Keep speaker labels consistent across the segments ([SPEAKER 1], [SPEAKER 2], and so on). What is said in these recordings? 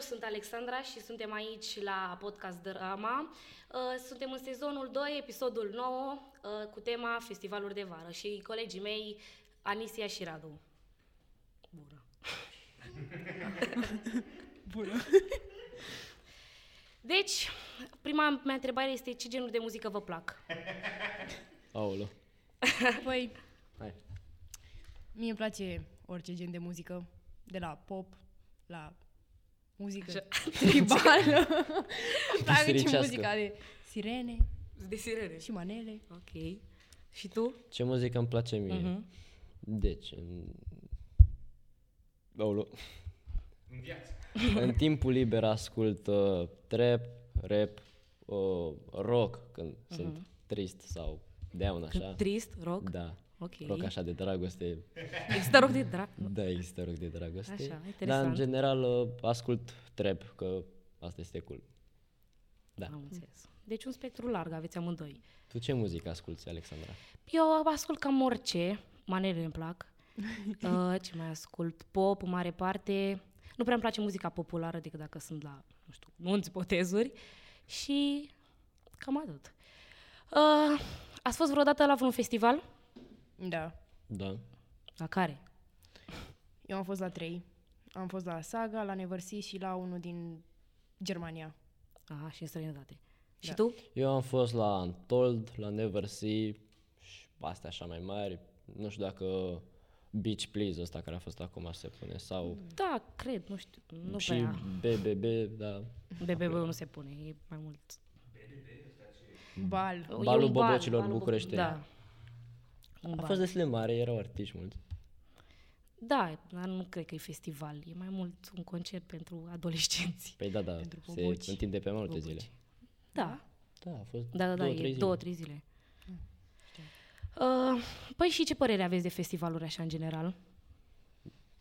[SPEAKER 1] sunt Alexandra și suntem aici la podcast Drama. Uh, Suntem în sezonul 2, episodul 9, uh, cu tema Festivaluri de vară și colegii mei Anisia și Radu. Bună!
[SPEAKER 2] Bună.
[SPEAKER 1] Deci, prima mea întrebare este ce genul de muzică vă plac?
[SPEAKER 3] Aolo.
[SPEAKER 2] Păi,
[SPEAKER 3] Hai.
[SPEAKER 2] mie îmi place orice gen de muzică, de la pop la muzică tribală. Îmi place și
[SPEAKER 3] Bisericească.
[SPEAKER 2] muzica de sirene
[SPEAKER 1] De sirene.
[SPEAKER 2] și manele.
[SPEAKER 1] Ok. Și tu?
[SPEAKER 3] Ce muzică îmi place mie?
[SPEAKER 1] Mhm.
[SPEAKER 3] Deci, în... Aolo.
[SPEAKER 4] În viață.
[SPEAKER 3] în timpul liber ascult uh, trap, rap, uh, rock când sunt trist sau down așa.
[SPEAKER 1] Trist, Mhm. rock?
[SPEAKER 3] Da.
[SPEAKER 1] Ok.
[SPEAKER 3] Rock așa de dragoste.
[SPEAKER 1] Există rock de drag?
[SPEAKER 3] Da, există rock de dragoste.
[SPEAKER 1] Așa,
[SPEAKER 3] Dar
[SPEAKER 1] interesant.
[SPEAKER 3] în general uh, ascult trap, că asta este cool. Da.
[SPEAKER 1] Am înțeles. Deci un spectru larg aveți amândoi.
[SPEAKER 3] Tu ce muzică asculti, Alexandra?
[SPEAKER 1] Eu ascult cam orice, manele îmi plac. Uh, ce mai ascult? Pop, în mare parte. Nu prea îmi place muzica populară decât dacă sunt la, nu știu, nunți, botezuri. Și cam atât. Uh, ați fost vreodată la vreun festival?
[SPEAKER 2] Da.
[SPEAKER 3] Da.
[SPEAKER 1] La care?
[SPEAKER 2] Eu am fost la trei. Am fost la Saga, la Neversi și la unul din Germania.
[SPEAKER 1] Aha, și în străinătate. Și
[SPEAKER 2] Da.
[SPEAKER 1] tu?
[SPEAKER 3] Eu am fost la Untold, la Never See și astea așa mai mari. Nu știu dacă Beach Please ăsta care a fost acum se pune sau
[SPEAKER 1] Da, cred, nu știu, nu
[SPEAKER 3] și
[SPEAKER 1] prea.
[SPEAKER 3] BBB, da.
[SPEAKER 1] BBB nu se pune, e mai mult.
[SPEAKER 2] Bal.
[SPEAKER 1] E un
[SPEAKER 3] Balul
[SPEAKER 1] bal,
[SPEAKER 3] Bobocilor
[SPEAKER 1] balul Bobo-
[SPEAKER 3] București.
[SPEAKER 1] Da. Un
[SPEAKER 3] A
[SPEAKER 1] bal.
[SPEAKER 3] fost destul de mare, erau artiști mulți.
[SPEAKER 1] Da, dar nu cred că e festival. E mai mult un concert pentru adolescenți.
[SPEAKER 3] Păi da, da,
[SPEAKER 2] Pentru
[SPEAKER 3] se
[SPEAKER 2] boboci.
[SPEAKER 3] întinde pe mai multe
[SPEAKER 1] Boboci.
[SPEAKER 3] zile.
[SPEAKER 1] Da, Mm,
[SPEAKER 3] Da, a fost
[SPEAKER 1] da, da, da,
[SPEAKER 3] două,
[SPEAKER 1] e
[SPEAKER 3] trei zile.
[SPEAKER 1] două, trei zile. Uh, păi și ce părere aveți de festivaluri așa în general?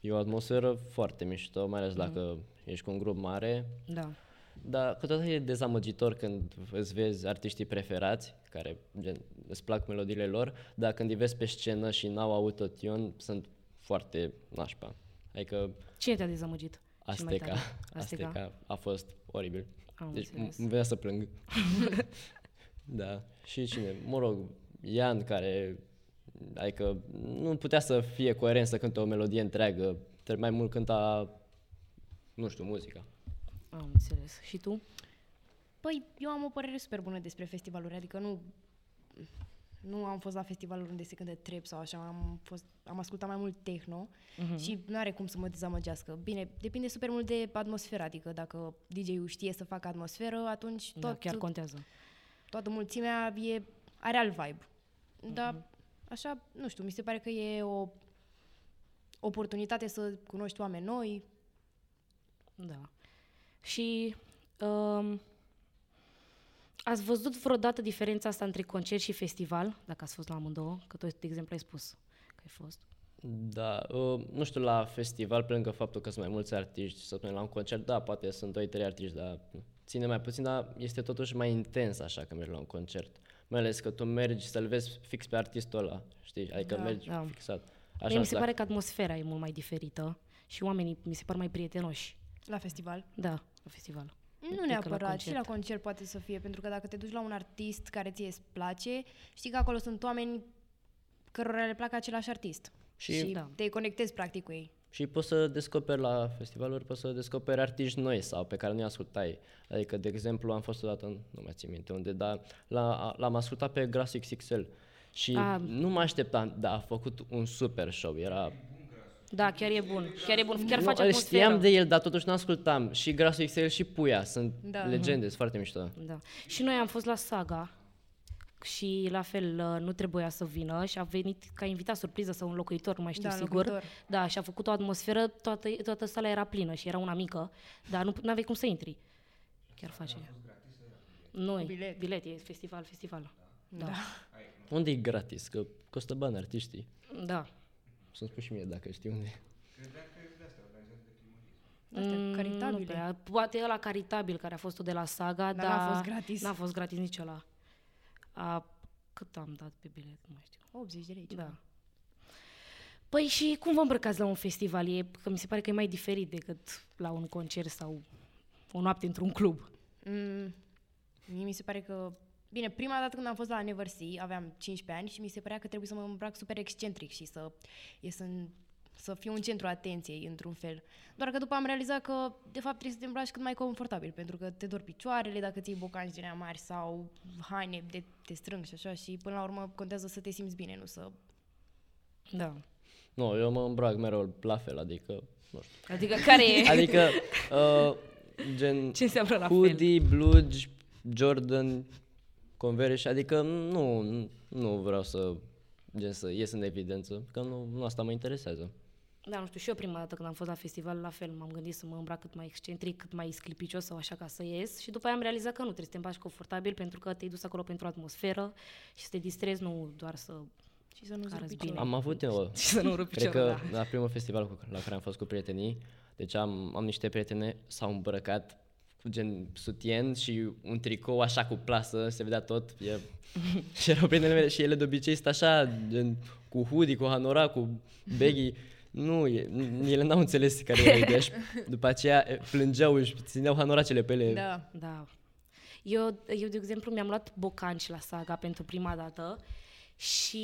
[SPEAKER 3] E o atmosferă foarte mișto, mai ales dacă
[SPEAKER 1] Mhm.
[SPEAKER 3] ești cu un grup mare.
[SPEAKER 1] Da.
[SPEAKER 3] Dar câteodată e dezamăgitor când îți vezi artiștii preferați, care gen, îți plac melodiile lor, dar când îi vezi pe scenă și n-au autotune, sunt foarte nașpa. Adică
[SPEAKER 1] Cine te-a dezamăgit? cel mai
[SPEAKER 3] Asteca,
[SPEAKER 1] tare?
[SPEAKER 3] Asteca a fost oribil.
[SPEAKER 1] Am
[SPEAKER 3] deci m-
[SPEAKER 1] înțeles.
[SPEAKER 3] îmi venea să plâng. da. Și cine? Mă rog, Ian care, adică nu putea să fie coerent să cânte o melodie întreagă, tre- mai mult cânta, nu știu, muzica.
[SPEAKER 1] Am înțeles. Și tu? Da,
[SPEAKER 2] Păi, eu am o părere super bună despre festivaluri, adică nu nu am fost la festivaluri unde se cântă trap sau așa, am, fost, am ascultat mai mult techno
[SPEAKER 1] Mhm.
[SPEAKER 2] uh-huh. și nu are cum să mă dezamăgească. Bine, depinde super mult de atmosferă, adică dacă DJ-ul știe să facă atmosferă, atunci tot,
[SPEAKER 1] Da, chiar
[SPEAKER 2] tot,
[SPEAKER 1] contează.
[SPEAKER 2] toată mulțimea e, are alt vibe. Dar
[SPEAKER 1] Mhm.
[SPEAKER 2] așa, nu știu, mi se pare că e o oportunitate să cunoști oameni noi.
[SPEAKER 1] Da. Și um, ați văzut vreodată diferența asta între concert și festival? Dacă ați fost la amândouă? Că tu, de exemplu, ai spus că ai fost.
[SPEAKER 3] Da, uh, nu știu, la festival, pe lângă faptul că sunt mai mulți artiști, să spunem, la un concert, da, poate sunt 2-3 artiști, dar ține mai puțin, dar este totuși mai intens așa când mergi la un concert. Mai ales că tu mergi să-l vezi fix pe artistul ăla, știi? Adică
[SPEAKER 2] Da,
[SPEAKER 3] mergi
[SPEAKER 1] da.
[SPEAKER 3] fixat.
[SPEAKER 1] Așa,
[SPEAKER 3] Așa,
[SPEAKER 1] Mie mi se
[SPEAKER 3] dacă-
[SPEAKER 1] pare că atmosfera e mult mai diferită și oamenii mi se par mai prietenoși.
[SPEAKER 2] La festival.
[SPEAKER 1] Da, la festival.
[SPEAKER 2] Nu
[SPEAKER 1] la
[SPEAKER 2] neapărat, la și
[SPEAKER 1] concert.
[SPEAKER 2] la concert poate să fie, pentru că dacă te duci la un artist care ție îți place, știi că acolo sunt oameni cărora le plac același artist.
[SPEAKER 3] Și-
[SPEAKER 2] și
[SPEAKER 1] Da.
[SPEAKER 2] te conectezi practic cu ei.
[SPEAKER 3] Și poți să descoperi la festivaluri, poți să descoperi artiști noi sau pe care nu-i ascultai. Adică, de exemplu, am fost odată, în- nu mai țin minte unde, dar la, l-am ascultat pe Grass XXL. Și
[SPEAKER 1] Ah.
[SPEAKER 3] nu mă așteptam, dar a făcut un super show, era...
[SPEAKER 1] Da, chiar e bun. Chiar e bun. Chiar
[SPEAKER 3] nu,
[SPEAKER 1] face
[SPEAKER 3] îl
[SPEAKER 1] atmosferă.
[SPEAKER 3] știam de el, dar totuși nu ascultam. Și Grass XXL și Puia sunt
[SPEAKER 2] Da.
[SPEAKER 3] legende, sunt foarte mișto.
[SPEAKER 1] Da. Și noi am fost la Saga și la fel uh, nu trebuia să vină și a venit ca invitat surpriză sau un locuitor, nu mai știu
[SPEAKER 2] Da,
[SPEAKER 1] sigur.
[SPEAKER 2] locuitor.
[SPEAKER 1] Da, și a făcut o atmosferă, toată, toată sala era plină și era una mică, dar nu aveai cum să intri. Chiar face. Noi, bilet.
[SPEAKER 2] Da. bilet.
[SPEAKER 1] bilet, e festival, festival. Da.
[SPEAKER 3] Unde e gratis? Că costă bani artiștii.
[SPEAKER 1] Da. da.
[SPEAKER 3] Să-mi spui și mie dacă știi unde. e.
[SPEAKER 2] Astea,
[SPEAKER 1] Mm,
[SPEAKER 2] caritabile.
[SPEAKER 1] Nu prea. Poate ăla caritabil care a fost de la Saga,
[SPEAKER 2] Dar
[SPEAKER 1] dar...
[SPEAKER 2] n-a fost gratis.
[SPEAKER 1] N-a fost gratis nici ăla. A, cât am dat pe bilet, nu mai știu.
[SPEAKER 2] 80 de lei.
[SPEAKER 1] Da. Păi și cum vă îmbrăcați la un festival? E, că mi se pare că e mai diferit decât la un concert sau o noapte într-un club?
[SPEAKER 2] Mm, mie mi se pare că... Bine, prima dată când am fost la Anniversary, aveam 15 ani și mi se părea că trebuie să mă îmbrac super excentric și să ies în, să fiu în centru atenției, într-un fel. Doar că după am realizat că, de fapt, trebuie să te îmbraci cât mai confortabil, pentru că te dor picioarele dacă ții bocanci din aia mari sau haine de te strâng și așa și, până la urmă, contează să te simți bine, nu să...
[SPEAKER 1] Da.
[SPEAKER 3] Nu, eu mă îmbrac mereu la fel, adică, nu știu.
[SPEAKER 1] Adică care e?
[SPEAKER 3] Adică, uh, gen
[SPEAKER 1] Ce înseamnă la fel?
[SPEAKER 3] hoodie, blugi, Jordan, Converse, adică nu, nu vreau să, gen, să ies în evidență, că nu, nu asta mă interesează.
[SPEAKER 1] Da, nu știu, și eu prima dată când am fost la festival, la fel, m-am gândit să mă îmbrac cât mai excentric, cât mai sclipicios sau așa ca să ies și după aia am realizat că nu, trebuie să te îmbraci confortabil pentru că te-ai dus acolo pentru atmosferă și să te distrezi, nu doar să
[SPEAKER 2] Și să nu
[SPEAKER 1] arăți
[SPEAKER 2] zic
[SPEAKER 1] bine.
[SPEAKER 3] Am avut eu,
[SPEAKER 1] și să nu rupi
[SPEAKER 3] cred
[SPEAKER 1] piciorul,
[SPEAKER 3] că
[SPEAKER 1] da.
[SPEAKER 3] la primul festival cu, la care am fost cu prietenii, deci am, am niște prietene, s-au îmbrăcat cu gen sutien și un tricou așa cu plasă, se vedea tot. E... și erau prietenele mele și ele de obicei sunt așa, gen, cu hoodie, cu hanora, cu baggy. Nu, e- n- ele n-au înțeles care era ideea și după aceea e, plângeau și țineau hanoracele pe ele.
[SPEAKER 2] Da.
[SPEAKER 1] Da. Eu, eu, de exemplu, mi-am luat bocanci la saga pentru prima dată și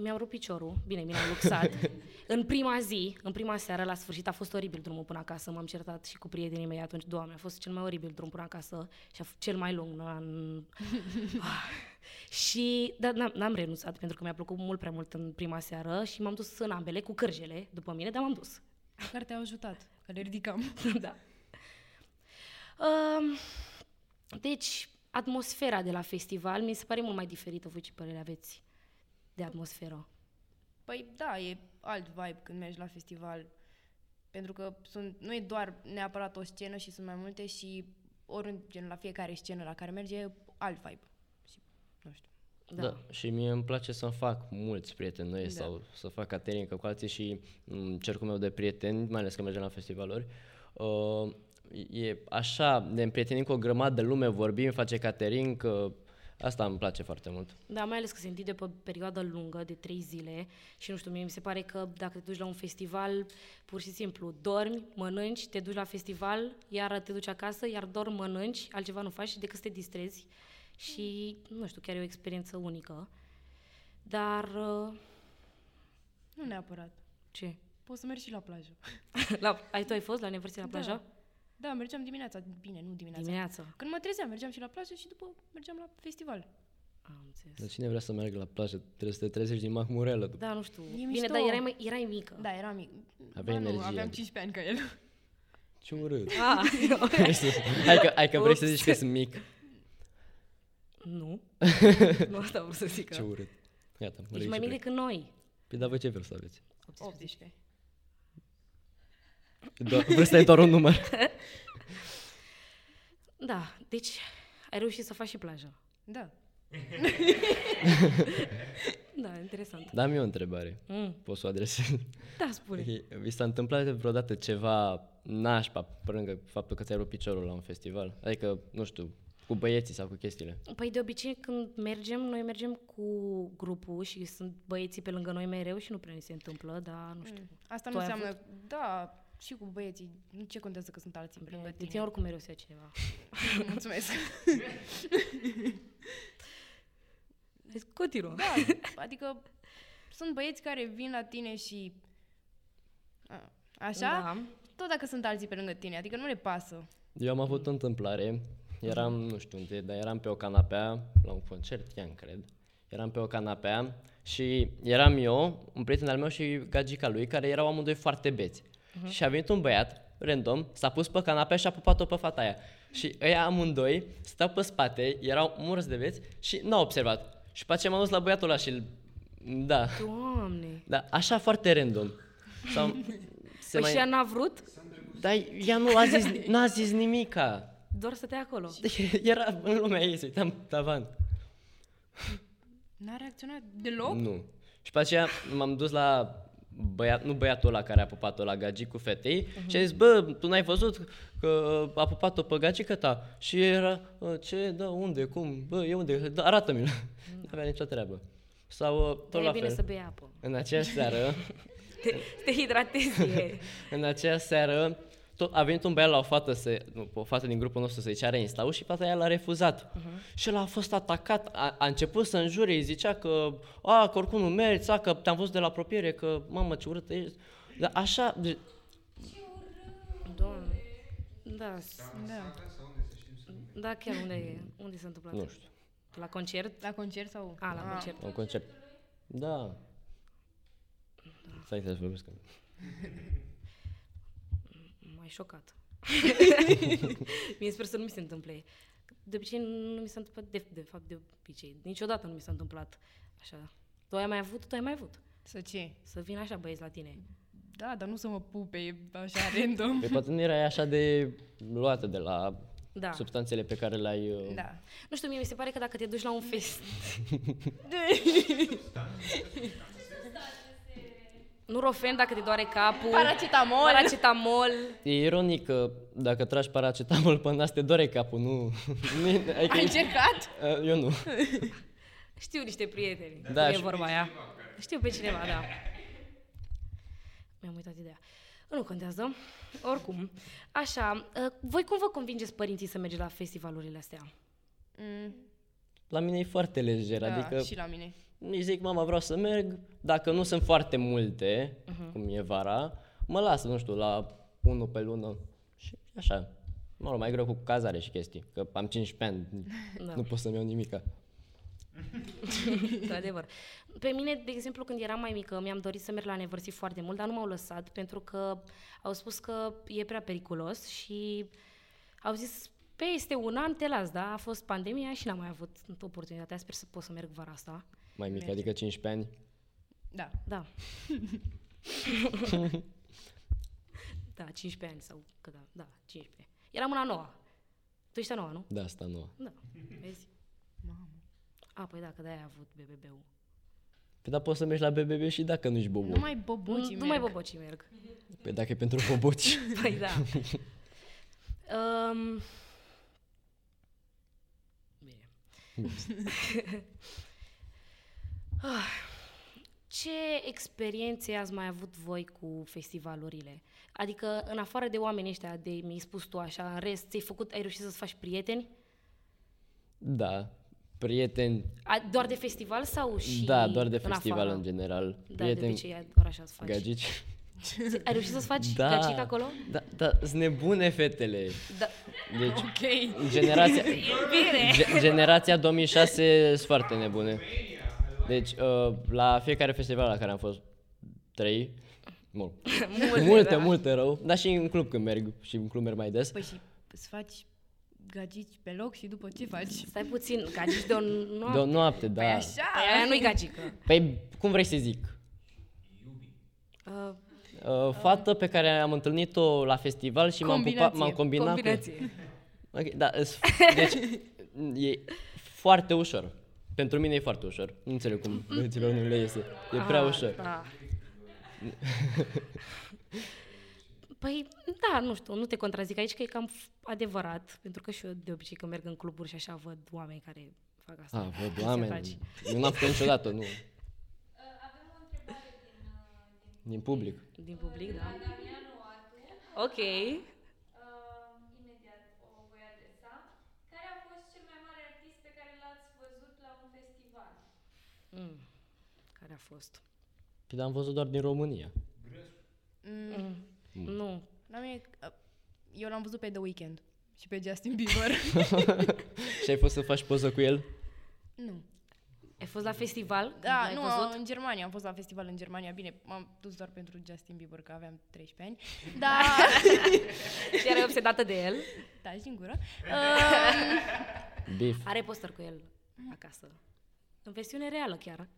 [SPEAKER 1] mi-am rupt piciorul, bine, mi l-am luxat. în prima zi, în prima seară, la sfârșit, a fost oribil drumul până acasă, m-am certat și cu prietenii mei atunci, doamne, a fost cel mai oribil drum până acasă și a fost cel mai lung. N-am... Ah. și da, n-am, n-am renunțat pentru că mi-a plăcut mult prea mult în prima seară și m-am dus în ambele cu cărjele după mine, dar m-am dus.
[SPEAKER 2] Măcar te-au ajutat, că le ridicam.
[SPEAKER 1] da. Um, deci, atmosfera de la festival mi se pare mult mai diferită. Voi ce părere aveți de atmosferă?
[SPEAKER 2] Păi da, e alt vibe când mergi la festival, pentru că sunt, nu e doar neapărat o scenă și sunt mai multe și oriunde, gen, la fiecare scenă la care merge, e alt vibe. Și, nu știu.
[SPEAKER 1] Da.
[SPEAKER 3] da. Și mie îmi place să-mi fac mulți prieteni noi da. sau să fac caterincă cu alții și m, cercul meu de prieteni, mai ales că mergem la festivaluri, uh, e așa, ne împrietenim cu o grămadă de lume, vorbim, face caterincă, asta îmi place foarte mult.
[SPEAKER 1] Da, mai ales că se întinde pe o perioadă lungă de trei zile și nu știu, mie mi se pare că dacă te duci la un festival, pur și simplu dormi, mănânci, te duci la festival, iar te duci acasă, iar dormi, mănânci, altceva nu faci decât să te distrezi și, nu știu, chiar e o experiență unică. Dar, uh,
[SPEAKER 2] Nu neapărat.
[SPEAKER 1] ce?
[SPEAKER 2] Poți să mergi și la plajă.
[SPEAKER 1] La, ai, tu ai fost la aniversare la plajă?
[SPEAKER 2] Da, mergeam dimineața. Bine, nu dimineața.
[SPEAKER 1] Dimineața.
[SPEAKER 2] Când mă trezeam, mergeam și la plajă și după mergeam la festival.
[SPEAKER 1] Am înțeles.
[SPEAKER 3] Dar cine vrea să meargă la plajă? Trebuie să te trezești din Mahmurelă. după-
[SPEAKER 1] Da, nu știu. Bine,
[SPEAKER 2] mișto.
[SPEAKER 1] dar erai, mai, erai mică.
[SPEAKER 2] Da, eram mic.
[SPEAKER 3] Aveai
[SPEAKER 2] Ba nu,
[SPEAKER 3] energie,
[SPEAKER 2] aveam
[SPEAKER 3] adică.
[SPEAKER 2] 15 ani ca el.
[SPEAKER 3] Ce urât!
[SPEAKER 1] Ah,
[SPEAKER 3] hai că, hai că vrei să
[SPEAKER 1] Ups.
[SPEAKER 3] zici că sunt mic.
[SPEAKER 1] nu. nu asta vreau să zic.
[SPEAKER 3] Ce urât! Gata, mă
[SPEAKER 1] Ești
[SPEAKER 3] ridic
[SPEAKER 1] mai
[SPEAKER 3] și
[SPEAKER 1] mic
[SPEAKER 3] plec.
[SPEAKER 1] decât noi.
[SPEAKER 3] Păi, dar voi ce vreți să aveți?
[SPEAKER 2] 18.
[SPEAKER 3] Do- vârsta e doar un număr.
[SPEAKER 1] Da, deci ai reușit să faci și plajă.
[SPEAKER 2] Da.
[SPEAKER 1] Da, interesant.
[SPEAKER 3] Dar am eu o întrebare.
[SPEAKER 1] Mm.
[SPEAKER 3] Poți să o adresez?
[SPEAKER 1] Da, spune.
[SPEAKER 3] Ok, Vi s-a întâmplat vreodată ceva nașpa pe lângă faptul că ți-ai rupt piciorul la un festival? Adică, nu știu, cu băieții sau cu chestiile.
[SPEAKER 1] Păi de obicei când mergem, noi mergem cu grupul și sunt băieții pe lângă noi mereu și nu prea ni se întâmplă, dar nu știu.
[SPEAKER 2] Mm. Asta
[SPEAKER 1] Tu
[SPEAKER 2] nu
[SPEAKER 1] ai
[SPEAKER 2] înseamnă... Da, și cu băieții. Nu ce contează că sunt alții pe lângă
[SPEAKER 1] Bine, de
[SPEAKER 2] tine.
[SPEAKER 1] tine oricum mereu se ia cineva.
[SPEAKER 2] Mulțumesc.
[SPEAKER 1] Deci, Continuă.
[SPEAKER 2] Da, adică sunt băieți care vin la tine și... A, așa? Da.
[SPEAKER 1] Da.
[SPEAKER 2] Tot dacă sunt alții pe lângă tine, adică nu le pasă.
[SPEAKER 3] Eu am
[SPEAKER 1] Mm.
[SPEAKER 3] avut o întâmplare,
[SPEAKER 1] Mm-hmm.
[SPEAKER 3] eram, nu știu unde, dar eram pe o canapea, la un concert, chiar cred, eram pe o canapea și eram eu, un prieten al meu și gagica lui, care erau amândoi foarte beți.
[SPEAKER 1] Mm-hmm.
[SPEAKER 3] Și a venit un băiat, random, s-a pus pe canapea și a pupat-o pe fata aia. Și ăia amândoi stau pe spate, erau murți de beți și n-au observat. Și pe aceea m-am dus la băiatul ăla și... îl- Da,
[SPEAKER 1] Doamne.
[SPEAKER 3] da, așa foarte random. Sau, se
[SPEAKER 1] Păi și ea n-a vrut
[SPEAKER 3] Dar ea nu a zis, n-a zis nimica.
[SPEAKER 1] doar să te acolo.
[SPEAKER 3] Era în lumea ei, se uita în tavan.
[SPEAKER 2] N-a reacționat deloc?
[SPEAKER 3] Nu. Și pe aceea m-am dus la băiat, nu băiatul ăla care a pupat-o la gagicul fetei
[SPEAKER 1] Mhm.
[SPEAKER 3] și a zis, bă, tu n-ai văzut că a pupat-o pe gagică ta? Și era, "Ă, ce, da, unde, cum, bă, e unde, da, arată-mi-l. Nu avea nicio treabă. Sau uh, tot
[SPEAKER 1] Mhm. Dar
[SPEAKER 3] la
[SPEAKER 1] Păi e bine
[SPEAKER 3] fel.
[SPEAKER 1] să bei apă.
[SPEAKER 3] În aceeași seară,
[SPEAKER 1] Te, te hidratezi. e.
[SPEAKER 3] în aceeași seară tot, a venit un băiat la o fată, să, nu, o fată din grupul nostru să-i ceară insta și fata aia l-a refuzat. Uh-huh. Și el a fost atacat, a, a început să înjure, îi zicea că, a, că oricum nu mergi, a, că te-am văzut de la apropiere, că, mamă, ce urâtă ești. Dar așa, de-
[SPEAKER 1] Doamne. Da, s-
[SPEAKER 2] Da.
[SPEAKER 1] da chiar unde e? Unde s-a întâmplat?
[SPEAKER 3] nu știu,
[SPEAKER 1] La concert?
[SPEAKER 2] La concert sau?
[SPEAKER 1] A, la concert.
[SPEAKER 3] un concert. Da. Stai să vorbesc.
[SPEAKER 1] mai șocat. mi sper să nu mi se întâmple. De obicei nu mi s-a întâmplat, de, de fapt, de obicei. Niciodată nu mi s-a întâmplat așa. Tu ai mai avut, tu ai mai avut.
[SPEAKER 2] Să ce?
[SPEAKER 1] Să vin așa băieți la tine.
[SPEAKER 2] Da, dar nu să mă pupe, e așa random.
[SPEAKER 3] Păi poate nu erai așa de luată de la
[SPEAKER 1] Da.
[SPEAKER 3] substanțele pe care le-ai... uh,
[SPEAKER 2] da.
[SPEAKER 1] Nu știu, mie mi se pare că dacă te duci la un fest... nu rofen dacă te doare capul.
[SPEAKER 2] Paracetamol.
[SPEAKER 1] Paracetamol.
[SPEAKER 3] E ironic că dacă tragi paracetamol pe nas te doare capul, nu... nu e- adică
[SPEAKER 2] Ai
[SPEAKER 3] e-
[SPEAKER 2] încercat?
[SPEAKER 3] Uh, Eu nu.
[SPEAKER 1] Știu niște prieteni.
[SPEAKER 3] Da,
[SPEAKER 1] Da, e
[SPEAKER 3] și-
[SPEAKER 1] vorba aia. Știu pe cineva, da. Mi-am uitat ideea. Nu contează. Oricum. Așa, uh, voi cum vă convingeți părinții să mergeți la festivalurile astea?
[SPEAKER 2] Mm,
[SPEAKER 3] La mine e foarte lejer,
[SPEAKER 2] da,
[SPEAKER 3] adică
[SPEAKER 2] și la mine.
[SPEAKER 3] îi zic, mama, vreau să merg, dacă nu sunt foarte multe,
[SPEAKER 1] Mhm.
[SPEAKER 3] cum e vara, mă las, nu știu, la unul pe lună și așa. Mă rog, mai greu cu cazare și chestii, că am 15 ani,
[SPEAKER 1] Da.
[SPEAKER 3] nu pot să-mi iau nimica.
[SPEAKER 1] Într-adevăr. Pe mine, de exemplu, când eram mai mică, mi-am dorit să merg la nevârstit foarte mult, dar nu m-au lăsat pentru că au spus că e prea periculos și au zis peste un an te las, da? A fost pandemia și n-am mai avut oportunitatea. Sper să pot să merg vara asta.
[SPEAKER 3] Mai mic, adică 15 ani.
[SPEAKER 2] Da.
[SPEAKER 1] Da. da, 15 ani sau cât da, da, 15. Eram în a noua. Tu ești a noua, nu?
[SPEAKER 3] Da, asta nu.
[SPEAKER 1] Da, vezi? Mamă. A, păi da, că de-aia ai avut BBB-ul.
[SPEAKER 3] Păi da, poți să mergi la BBB și dacă nu-și bobo.
[SPEAKER 2] Nu mai
[SPEAKER 1] Nu,
[SPEAKER 2] bobuci
[SPEAKER 1] nu mai bobocii merg.
[SPEAKER 3] Păi dacă e pentru boboci.
[SPEAKER 1] Păi da. um, bine. Ah, Ce experiențe ați mai avut voi cu festivalurile? Adică, în afară de oamenii ăștia de mi-ai spus tu așa, în rest, ți-ai făcut, ai reușit să-ți faci prieteni?
[SPEAKER 3] Da, prieteni,
[SPEAKER 1] A, doar de festival sau și
[SPEAKER 3] da, doar de
[SPEAKER 1] în
[SPEAKER 3] festival
[SPEAKER 1] afară?
[SPEAKER 3] în general.
[SPEAKER 1] Da, de
[SPEAKER 3] prieteni,
[SPEAKER 1] obicei, doar așa îți faci.
[SPEAKER 3] gagici.
[SPEAKER 1] Ai reușit să-ți faci
[SPEAKER 3] Da,
[SPEAKER 1] gagic acolo?
[SPEAKER 3] da, da, sunt nebune fetele.
[SPEAKER 1] Da.
[SPEAKER 3] Deci,
[SPEAKER 2] Ok.
[SPEAKER 3] Generația,
[SPEAKER 1] Bine!
[SPEAKER 3] ge- generația 2006 sunt foarte nebune. Deci, uh, la fiecare festival la care am fost, trei, mult. multe, multe,
[SPEAKER 1] da.
[SPEAKER 3] multe rău, dar și în club când merg, și în club merg mai des.
[SPEAKER 2] Păi și îți faci gagici pe loc și după ce faci?
[SPEAKER 1] Stai puțin, gagici de o noapte.
[SPEAKER 3] De o noapte, da.
[SPEAKER 2] Așa!
[SPEAKER 1] Păi aia nu-i gagică.
[SPEAKER 3] Păi, cum vrei să zic?
[SPEAKER 1] Uh,
[SPEAKER 3] Uh, fată pe care am întâlnit-o la festival și m-am, pupat,
[SPEAKER 2] Combinație.
[SPEAKER 3] m-am combinat cu...
[SPEAKER 1] combinație.
[SPEAKER 3] Ok, da, îs- deci, e foarte ușor. Pentru mine e foarte ușor. Nu înțeleg cum băieților nu le iese. E prea
[SPEAKER 1] Ah,
[SPEAKER 3] ușor.
[SPEAKER 1] Da. Păi, da, nu știu, nu te contrazic aici că e cam f- adevărat, pentru că și eu de obicei când merg în cluburi și așa văd oameni care fac asta.
[SPEAKER 3] A, Ah, văd
[SPEAKER 1] Se
[SPEAKER 3] oameni.
[SPEAKER 1] atragi.
[SPEAKER 3] Eu n-am făcut niciodată, nu. uh, Din public.
[SPEAKER 1] Din public, da. Ok.
[SPEAKER 4] imediat o voi adresa. Care a fost cel mai mare artist pe care l-ați văzut la un festival?
[SPEAKER 1] Mm. Care a fost?
[SPEAKER 3] Păi, dar am văzut doar din România.
[SPEAKER 2] Mm,
[SPEAKER 1] Nu.
[SPEAKER 2] la mine, ă, eu l-am văzut pe The Weeknd și pe Justin Bieber.
[SPEAKER 3] Și ai fost să faci poză cu el?
[SPEAKER 2] nu.
[SPEAKER 1] Ai fost la festival?
[SPEAKER 2] Da,
[SPEAKER 1] Ai
[SPEAKER 2] nu,
[SPEAKER 1] văzut?
[SPEAKER 2] în Germania, am fost la festival în Germania, bine, m-am dus doar pentru Justin Bieber, că aveam 13 ani, dar...
[SPEAKER 1] Și erai obsedată de el?
[SPEAKER 2] da, și în gură. Um,
[SPEAKER 3] Bif.
[SPEAKER 1] Are poster cu el acasă. În versiune reală
[SPEAKER 3] Mm.
[SPEAKER 1] chiar.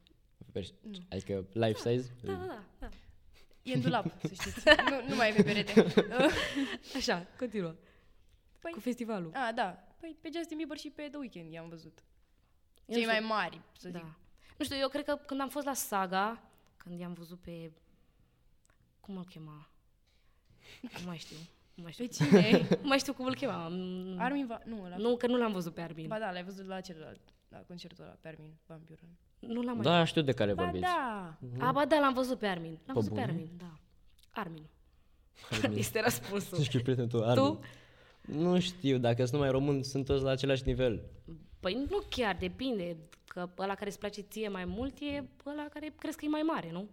[SPEAKER 3] Vers- Adică life size?
[SPEAKER 1] Da, da, da. da.
[SPEAKER 2] e în dulap, să știți, nu, nu mai e pe perete.
[SPEAKER 1] Așa, continuă.
[SPEAKER 2] Păi-
[SPEAKER 1] Cu festivalul.
[SPEAKER 2] A, da, păi pe Justin Bieber și pe The Weeknd i-am văzut.
[SPEAKER 1] Eu
[SPEAKER 2] Cei
[SPEAKER 1] nu
[SPEAKER 2] mai
[SPEAKER 1] știu-
[SPEAKER 2] mari, să zic.
[SPEAKER 1] Da. Nu știu, eu cred că când am fost la Saga, când i-am văzut pe... Cum îl chema? Nu mai știu. Nu mai știu,
[SPEAKER 2] Pe cine?
[SPEAKER 1] nu mai știu cum îl chema. Mm,
[SPEAKER 2] Păi Armin Va... Nu, la...
[SPEAKER 1] Nu, că nu l-am văzut pe Armin.
[SPEAKER 2] Ba da, l-ai văzut la celălalt, la concertul ăla pe Armin Van Buren.
[SPEAKER 1] Nu l-am mai
[SPEAKER 3] Da, știu de care
[SPEAKER 2] Ba
[SPEAKER 3] vorbiți.
[SPEAKER 2] da!
[SPEAKER 1] A, ba da, l-am văzut pe Armin. L-am
[SPEAKER 3] Pe
[SPEAKER 1] văzut pe
[SPEAKER 3] bune?
[SPEAKER 1] Armin, da. Armin. este răspunsul.
[SPEAKER 3] Nu știu, prietenul tău, Armin. Nu știu, dacă sunt numai români, sunt toți la același nivel.
[SPEAKER 1] Păi nu chiar, depinde. Că ăla care îți place ție mai mult e ăla care crezi că e mai mare, nu?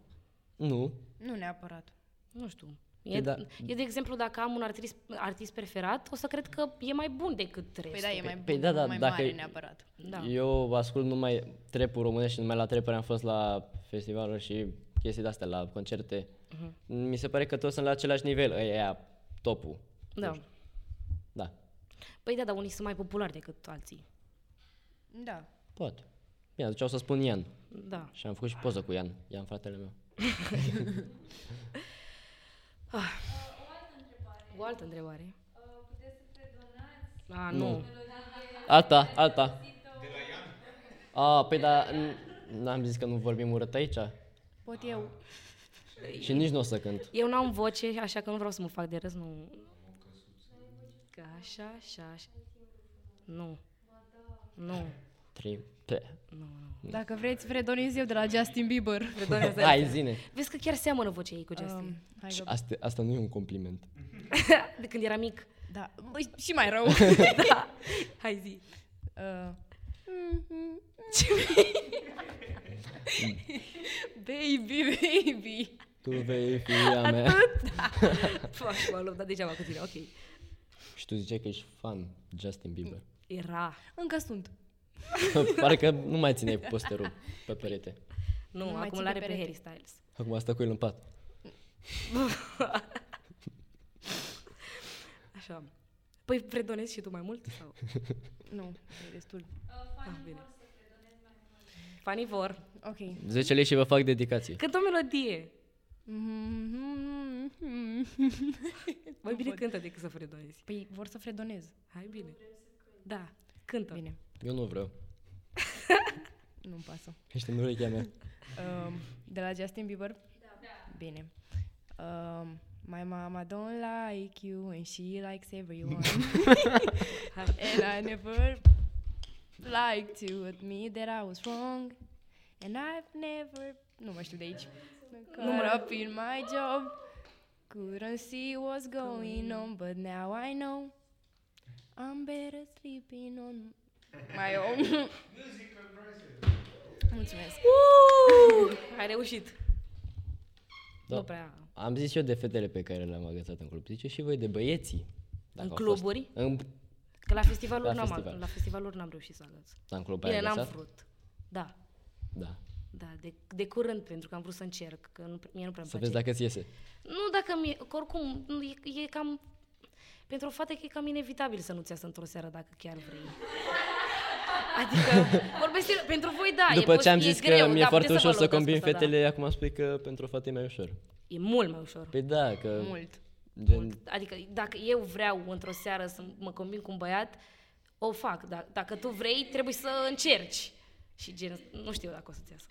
[SPEAKER 3] Nu.
[SPEAKER 2] Nu neapărat.
[SPEAKER 1] Nu știu.
[SPEAKER 3] Păi
[SPEAKER 1] E,
[SPEAKER 3] da.
[SPEAKER 1] da. e de exemplu, dacă am un artist, artist preferat, o să cred că e mai bun decât restul.
[SPEAKER 2] Păi da, e mai,
[SPEAKER 3] păi
[SPEAKER 2] bun,
[SPEAKER 3] da,
[SPEAKER 2] da,
[SPEAKER 3] da,
[SPEAKER 2] mai
[SPEAKER 3] dacă
[SPEAKER 2] mare
[SPEAKER 3] e-
[SPEAKER 2] neapărat.
[SPEAKER 1] Da.
[SPEAKER 3] Eu ascult numai trepul românesc și numai la trepuri am fost la festivaluri și chestii de-astea, la concerte. Mi se pare că toți sunt la același nivel, ăia, ăia topul.
[SPEAKER 1] da.
[SPEAKER 3] Da,
[SPEAKER 1] Păi da, dar unii sunt mai populari decât alții.
[SPEAKER 2] Da.
[SPEAKER 3] poate. Bine, atunci o să spun Ian.
[SPEAKER 1] Da.
[SPEAKER 3] Și am făcut și poză cu Ian, Ian fratele meu.
[SPEAKER 1] O altă întrebare.
[SPEAKER 4] Uh, Puteți să predonați
[SPEAKER 1] A, nu. nu.
[SPEAKER 4] melodie
[SPEAKER 3] Alta, alta.
[SPEAKER 4] folosită
[SPEAKER 3] A, păi da, n- n-am zis că nu vorbim urât aici?
[SPEAKER 2] Pot eu.
[SPEAKER 3] Și nici nu o să cânt.
[SPEAKER 1] Eu n-am voce, așa că nu vreau să mă fac de râs, nu. Că așa, așa, așa. Nu. Nu.
[SPEAKER 3] Trei, pe. Da.
[SPEAKER 2] Dacă vreți, fredonez eu de la Justin Bieber.
[SPEAKER 3] Hai, zine.
[SPEAKER 1] Vezi că chiar seamănă vocea ei cu Justin.
[SPEAKER 2] Um, hai
[SPEAKER 3] Și
[SPEAKER 2] că...
[SPEAKER 3] asta, asta nu e un compliment.
[SPEAKER 1] de când era mic.
[SPEAKER 2] Da. Băi, și mai rău.
[SPEAKER 1] da. Hai zi.
[SPEAKER 2] uh,
[SPEAKER 1] Baby, baby.
[SPEAKER 3] Tu vei fi a mea.
[SPEAKER 1] Fac, Păi, m-am luptat degeaba cu tine, ok.
[SPEAKER 3] Și tu ziceai că ești fan Justin Bieber.
[SPEAKER 1] Era.
[SPEAKER 2] încă sunt.
[SPEAKER 3] Parcă nu mai țineai posterul pe perete.
[SPEAKER 1] Nu,
[SPEAKER 2] Nu mai
[SPEAKER 1] acum
[SPEAKER 2] ții
[SPEAKER 1] îl
[SPEAKER 2] pe
[SPEAKER 1] are pe
[SPEAKER 2] perete.
[SPEAKER 1] Harry Styles.
[SPEAKER 3] Acum asta cu el în pat.
[SPEAKER 1] Așa. Păi fredonezi și tu mai mult? Sau?
[SPEAKER 2] Păi
[SPEAKER 1] Ah,
[SPEAKER 2] Nu, e destul.
[SPEAKER 1] Fanii vor.
[SPEAKER 2] Ok.
[SPEAKER 3] 10 lei și vă fac dedicație.
[SPEAKER 1] Cânt o melodie.
[SPEAKER 2] Mm-hmm.
[SPEAKER 1] Mai
[SPEAKER 2] Nu
[SPEAKER 1] bine
[SPEAKER 2] pot.
[SPEAKER 1] cântă decât să fredonezi.
[SPEAKER 2] Păi vor să fredonez.
[SPEAKER 1] Hai bine. Da, cântă.
[SPEAKER 2] Bine,
[SPEAKER 3] Eu nu vreau.
[SPEAKER 2] nu-mi pasă.
[SPEAKER 3] Ești în urechea mea.
[SPEAKER 2] Um, de la Justin Bieber? Da. Bine. Um, my mama don't like you and she likes everyone. and I never liked to admit that I was wrong. And I've never... Nu mai știu de aici. Caught up in my job. Couldn't see what's going on, but now I know. I'm better sleeping on my own. Mulțumesc.
[SPEAKER 1] Uh! Ai reușit.
[SPEAKER 3] Da.
[SPEAKER 1] Nu prea.
[SPEAKER 3] Am zis eu de fetele pe care le-am agățat în club. Zice și voi de băieții.
[SPEAKER 1] În
[SPEAKER 3] au
[SPEAKER 1] cluburi?
[SPEAKER 3] Fost. În,
[SPEAKER 1] Că la festivaluri
[SPEAKER 3] La
[SPEAKER 1] n-am,
[SPEAKER 3] festival.
[SPEAKER 1] la festivaluri n-am reușit să agăț.
[SPEAKER 3] da, în club ai
[SPEAKER 1] Bine, n-am
[SPEAKER 3] agățat?
[SPEAKER 1] vrut. Da,
[SPEAKER 3] Da.
[SPEAKER 1] da, de, de curând, pentru că am vrut să încerc, că nu, mie nu prea îmi place.
[SPEAKER 3] Să vezi dacă ți iese.
[SPEAKER 1] Nu dacă mi că oricum, nu, e, e cam... Pentru o fată că e cam inevitabil să nu-ți iasă într-o seară dacă chiar vrei. Adică, vorbesc serios, pentru voi da, e
[SPEAKER 3] După ce
[SPEAKER 1] pos-
[SPEAKER 3] am
[SPEAKER 1] e
[SPEAKER 3] zis
[SPEAKER 1] greu,
[SPEAKER 3] că mi-e
[SPEAKER 1] da,
[SPEAKER 3] foarte
[SPEAKER 1] puteți să
[SPEAKER 3] ușor
[SPEAKER 1] vă luptați
[SPEAKER 3] să combin
[SPEAKER 1] cu asta, da.
[SPEAKER 3] fetele, acum spui că pentru o fată e mai ușor.
[SPEAKER 1] E mult mai ușor.
[SPEAKER 3] Păi da, că...
[SPEAKER 2] Mult.
[SPEAKER 3] Gen,
[SPEAKER 1] mult. Adică dacă eu vreau într-o seară să mă combin cu un băiat, o fac. Dar dacă tu vrei, trebuie să încerci. Și gen, nu știu dacă o să-ți iasă.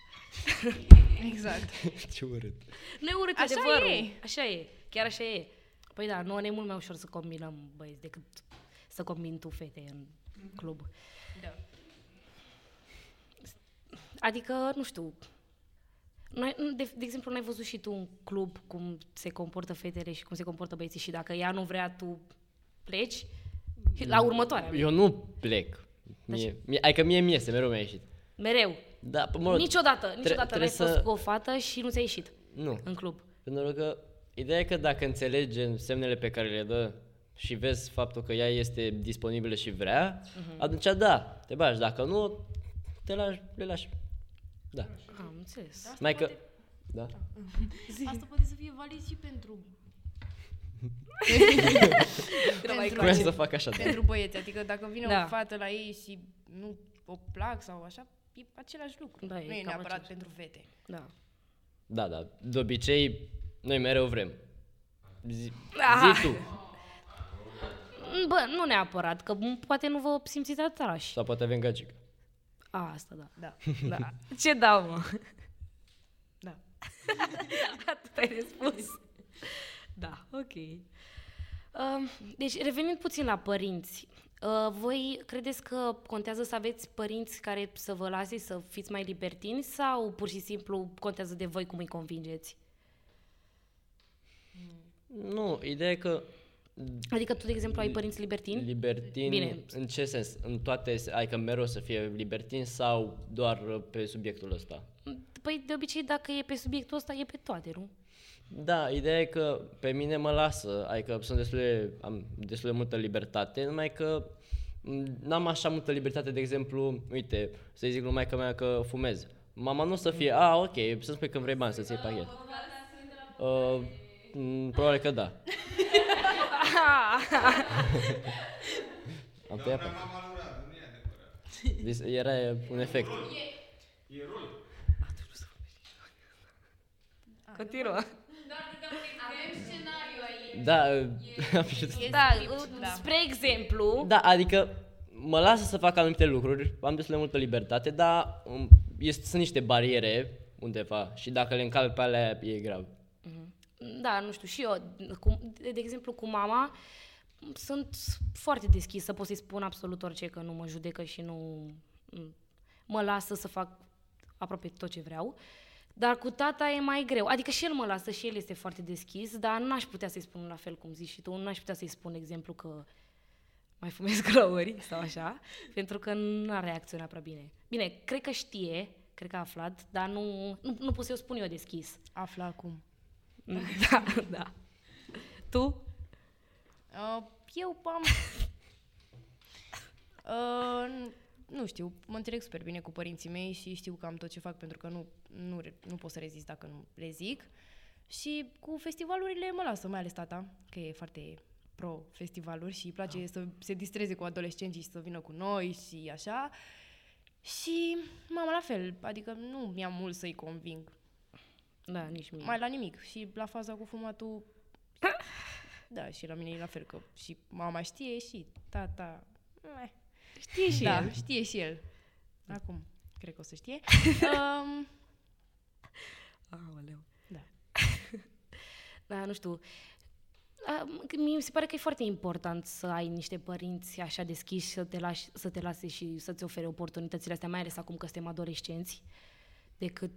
[SPEAKER 2] Exact.
[SPEAKER 3] ce urât.
[SPEAKER 1] Nu e urât
[SPEAKER 2] Așa
[SPEAKER 1] adevărul.
[SPEAKER 2] e.
[SPEAKER 1] Așa e. Chiar așa e. Păi da, nu ne e mult mai ușor să combinăm băieți decât să combin tu fete în club.
[SPEAKER 2] Da.
[SPEAKER 1] Adică, nu știu, noi, de, de exemplu, n-ai văzut și tu un club cum se comportă fetele și cum se comportă băieții și dacă ea nu vrea, tu pleci la următoarea.
[SPEAKER 3] Eu nu plec. Mie, mie, adică mie mi iese, mereu mi-a ieșit.
[SPEAKER 1] Mereu.
[SPEAKER 3] Da, pe mă rog,
[SPEAKER 1] Niciodată, niciodată n-ai
[SPEAKER 3] trebuie
[SPEAKER 1] fost
[SPEAKER 3] să-
[SPEAKER 1] cu o fată și nu ți-a ieșit
[SPEAKER 3] Nu.
[SPEAKER 1] în club.
[SPEAKER 3] Pentru că ideea e că dacă înțelegi semnele pe care le dă și vezi faptul că ea este disponibilă și vrea,
[SPEAKER 1] Mhm.
[SPEAKER 3] atunci da, te bagi. Dacă nu, te lași, le lași. Da.
[SPEAKER 1] Am înțeles. Da?
[SPEAKER 3] Mai că... Da?
[SPEAKER 5] Asta poate să fie valid și pentru
[SPEAKER 2] pentru,
[SPEAKER 3] Vreau să fac așa, da.
[SPEAKER 2] pentru băieți, adică dacă vine
[SPEAKER 1] Da.
[SPEAKER 2] o fată la ei și nu o plac sau așa, e același lucru.
[SPEAKER 1] Da, e
[SPEAKER 2] nu e
[SPEAKER 1] cam
[SPEAKER 2] neapărat
[SPEAKER 1] același.
[SPEAKER 2] pentru fete.
[SPEAKER 1] da.
[SPEAKER 3] Da, da. De obicei, noi mereu vrem. Zi,
[SPEAKER 1] Ah!
[SPEAKER 3] zi tu.
[SPEAKER 1] Bă, nu neapărat, că poate nu vă simțiți atrași.
[SPEAKER 3] Sau poate avem gagică.
[SPEAKER 1] A, asta da.
[SPEAKER 2] Da.
[SPEAKER 1] da. Ce da, mă?
[SPEAKER 2] Da.
[SPEAKER 1] Atât ai de spus. Da, ok. Um, Deci, revenind puțin la părinți, uh, voi credeți că contează să aveți părinți care să vă lase să fiți mai libertini sau pur și simplu contează de voi cum îi convingeți?
[SPEAKER 3] Nu, ideea e că
[SPEAKER 1] Adică tu, de exemplu, ai părinți libertini?
[SPEAKER 3] libertin,
[SPEAKER 1] Bine.
[SPEAKER 3] în ce sens? În toate, adică mereu să fie libertin sau doar uh, pe subiectul ăsta?
[SPEAKER 1] Păi, de obicei, dacă e pe subiectul ăsta, e pe toate, nu?
[SPEAKER 3] Da, ideea e că pe mine mă lasă, adică sunt destul de, am destul de multă libertate, numai că m, n-am așa multă libertate, de exemplu, uite, să-i zic lui maica mea că fumez. Mama nu o să fie, a, ok, să spui că vrei bani să-ți iei pachet. Uh, m, probabil că da. Am tăiat
[SPEAKER 6] Doamna
[SPEAKER 3] pachetul.
[SPEAKER 6] mama lui Radu, nu e adevărat.
[SPEAKER 3] Dis- Era un efect.
[SPEAKER 6] E rol.
[SPEAKER 1] Da. Continuă.
[SPEAKER 4] Avem scenariu aici.
[SPEAKER 3] Da, am știut.
[SPEAKER 1] Da, spre exemplu,
[SPEAKER 3] Da, adică mă lasă să fac anumite lucruri, am destul de multă libertate, dar um, este, sunt niște bariere undeva și dacă le încalc pe alea e grav.
[SPEAKER 1] da, nu știu, și eu, cum, de de exemplu, cu mama, sunt foarte deschisă, pot să-i spun absolut orice, că nu mă judecă și nu m- mă lasă să fac aproape tot ce vreau. Dar cu tata e mai greu. Adică și el mă lasă și el este foarte deschis, dar n-aș putea să-i spun la fel cum zici și tu, n-aș putea să-i spun, de exemplu, că mai fumez grăuri sau așa, pentru că n-a reacționat prea bine. Bine, cred că știe, cred că a aflat, dar nu, nu, nu pot să-i o spun eu deschis.
[SPEAKER 2] Afla acum.
[SPEAKER 1] Da, da. Tu?
[SPEAKER 2] Uh, eu am... uh, nu știu, mă înțeleg super bine cu părinții mei și știu cam tot ce fac pentru că nu, nu, re- nu pot să rezist dacă nu le zic. Și cu festivalurile mă lasă, mai ales tata, că e foarte pro-festivaluri și îi place să se distreze cu adolescenții și să vină cu noi și așa. Și mama la fel, adică nu mi-am mult să-i conving.
[SPEAKER 1] Da, nici mie.
[SPEAKER 2] Mai la nimic. Și la faza cu fumatul... Da, și la mine e la fel, că și mama știe și tata... Meh.
[SPEAKER 1] știi și
[SPEAKER 2] da,
[SPEAKER 1] el.
[SPEAKER 2] știe și el. Acum, cred că o să știe. um,
[SPEAKER 1] Aoleu.
[SPEAKER 2] da.
[SPEAKER 1] Da, nu știu. A, m- că Mi se pare că e foarte important să ai niște părinți așa deschiși, să te, lași, să te lase și să-ți ofere oportunitățile astea, mai ales acum că suntem adolescenți, decât...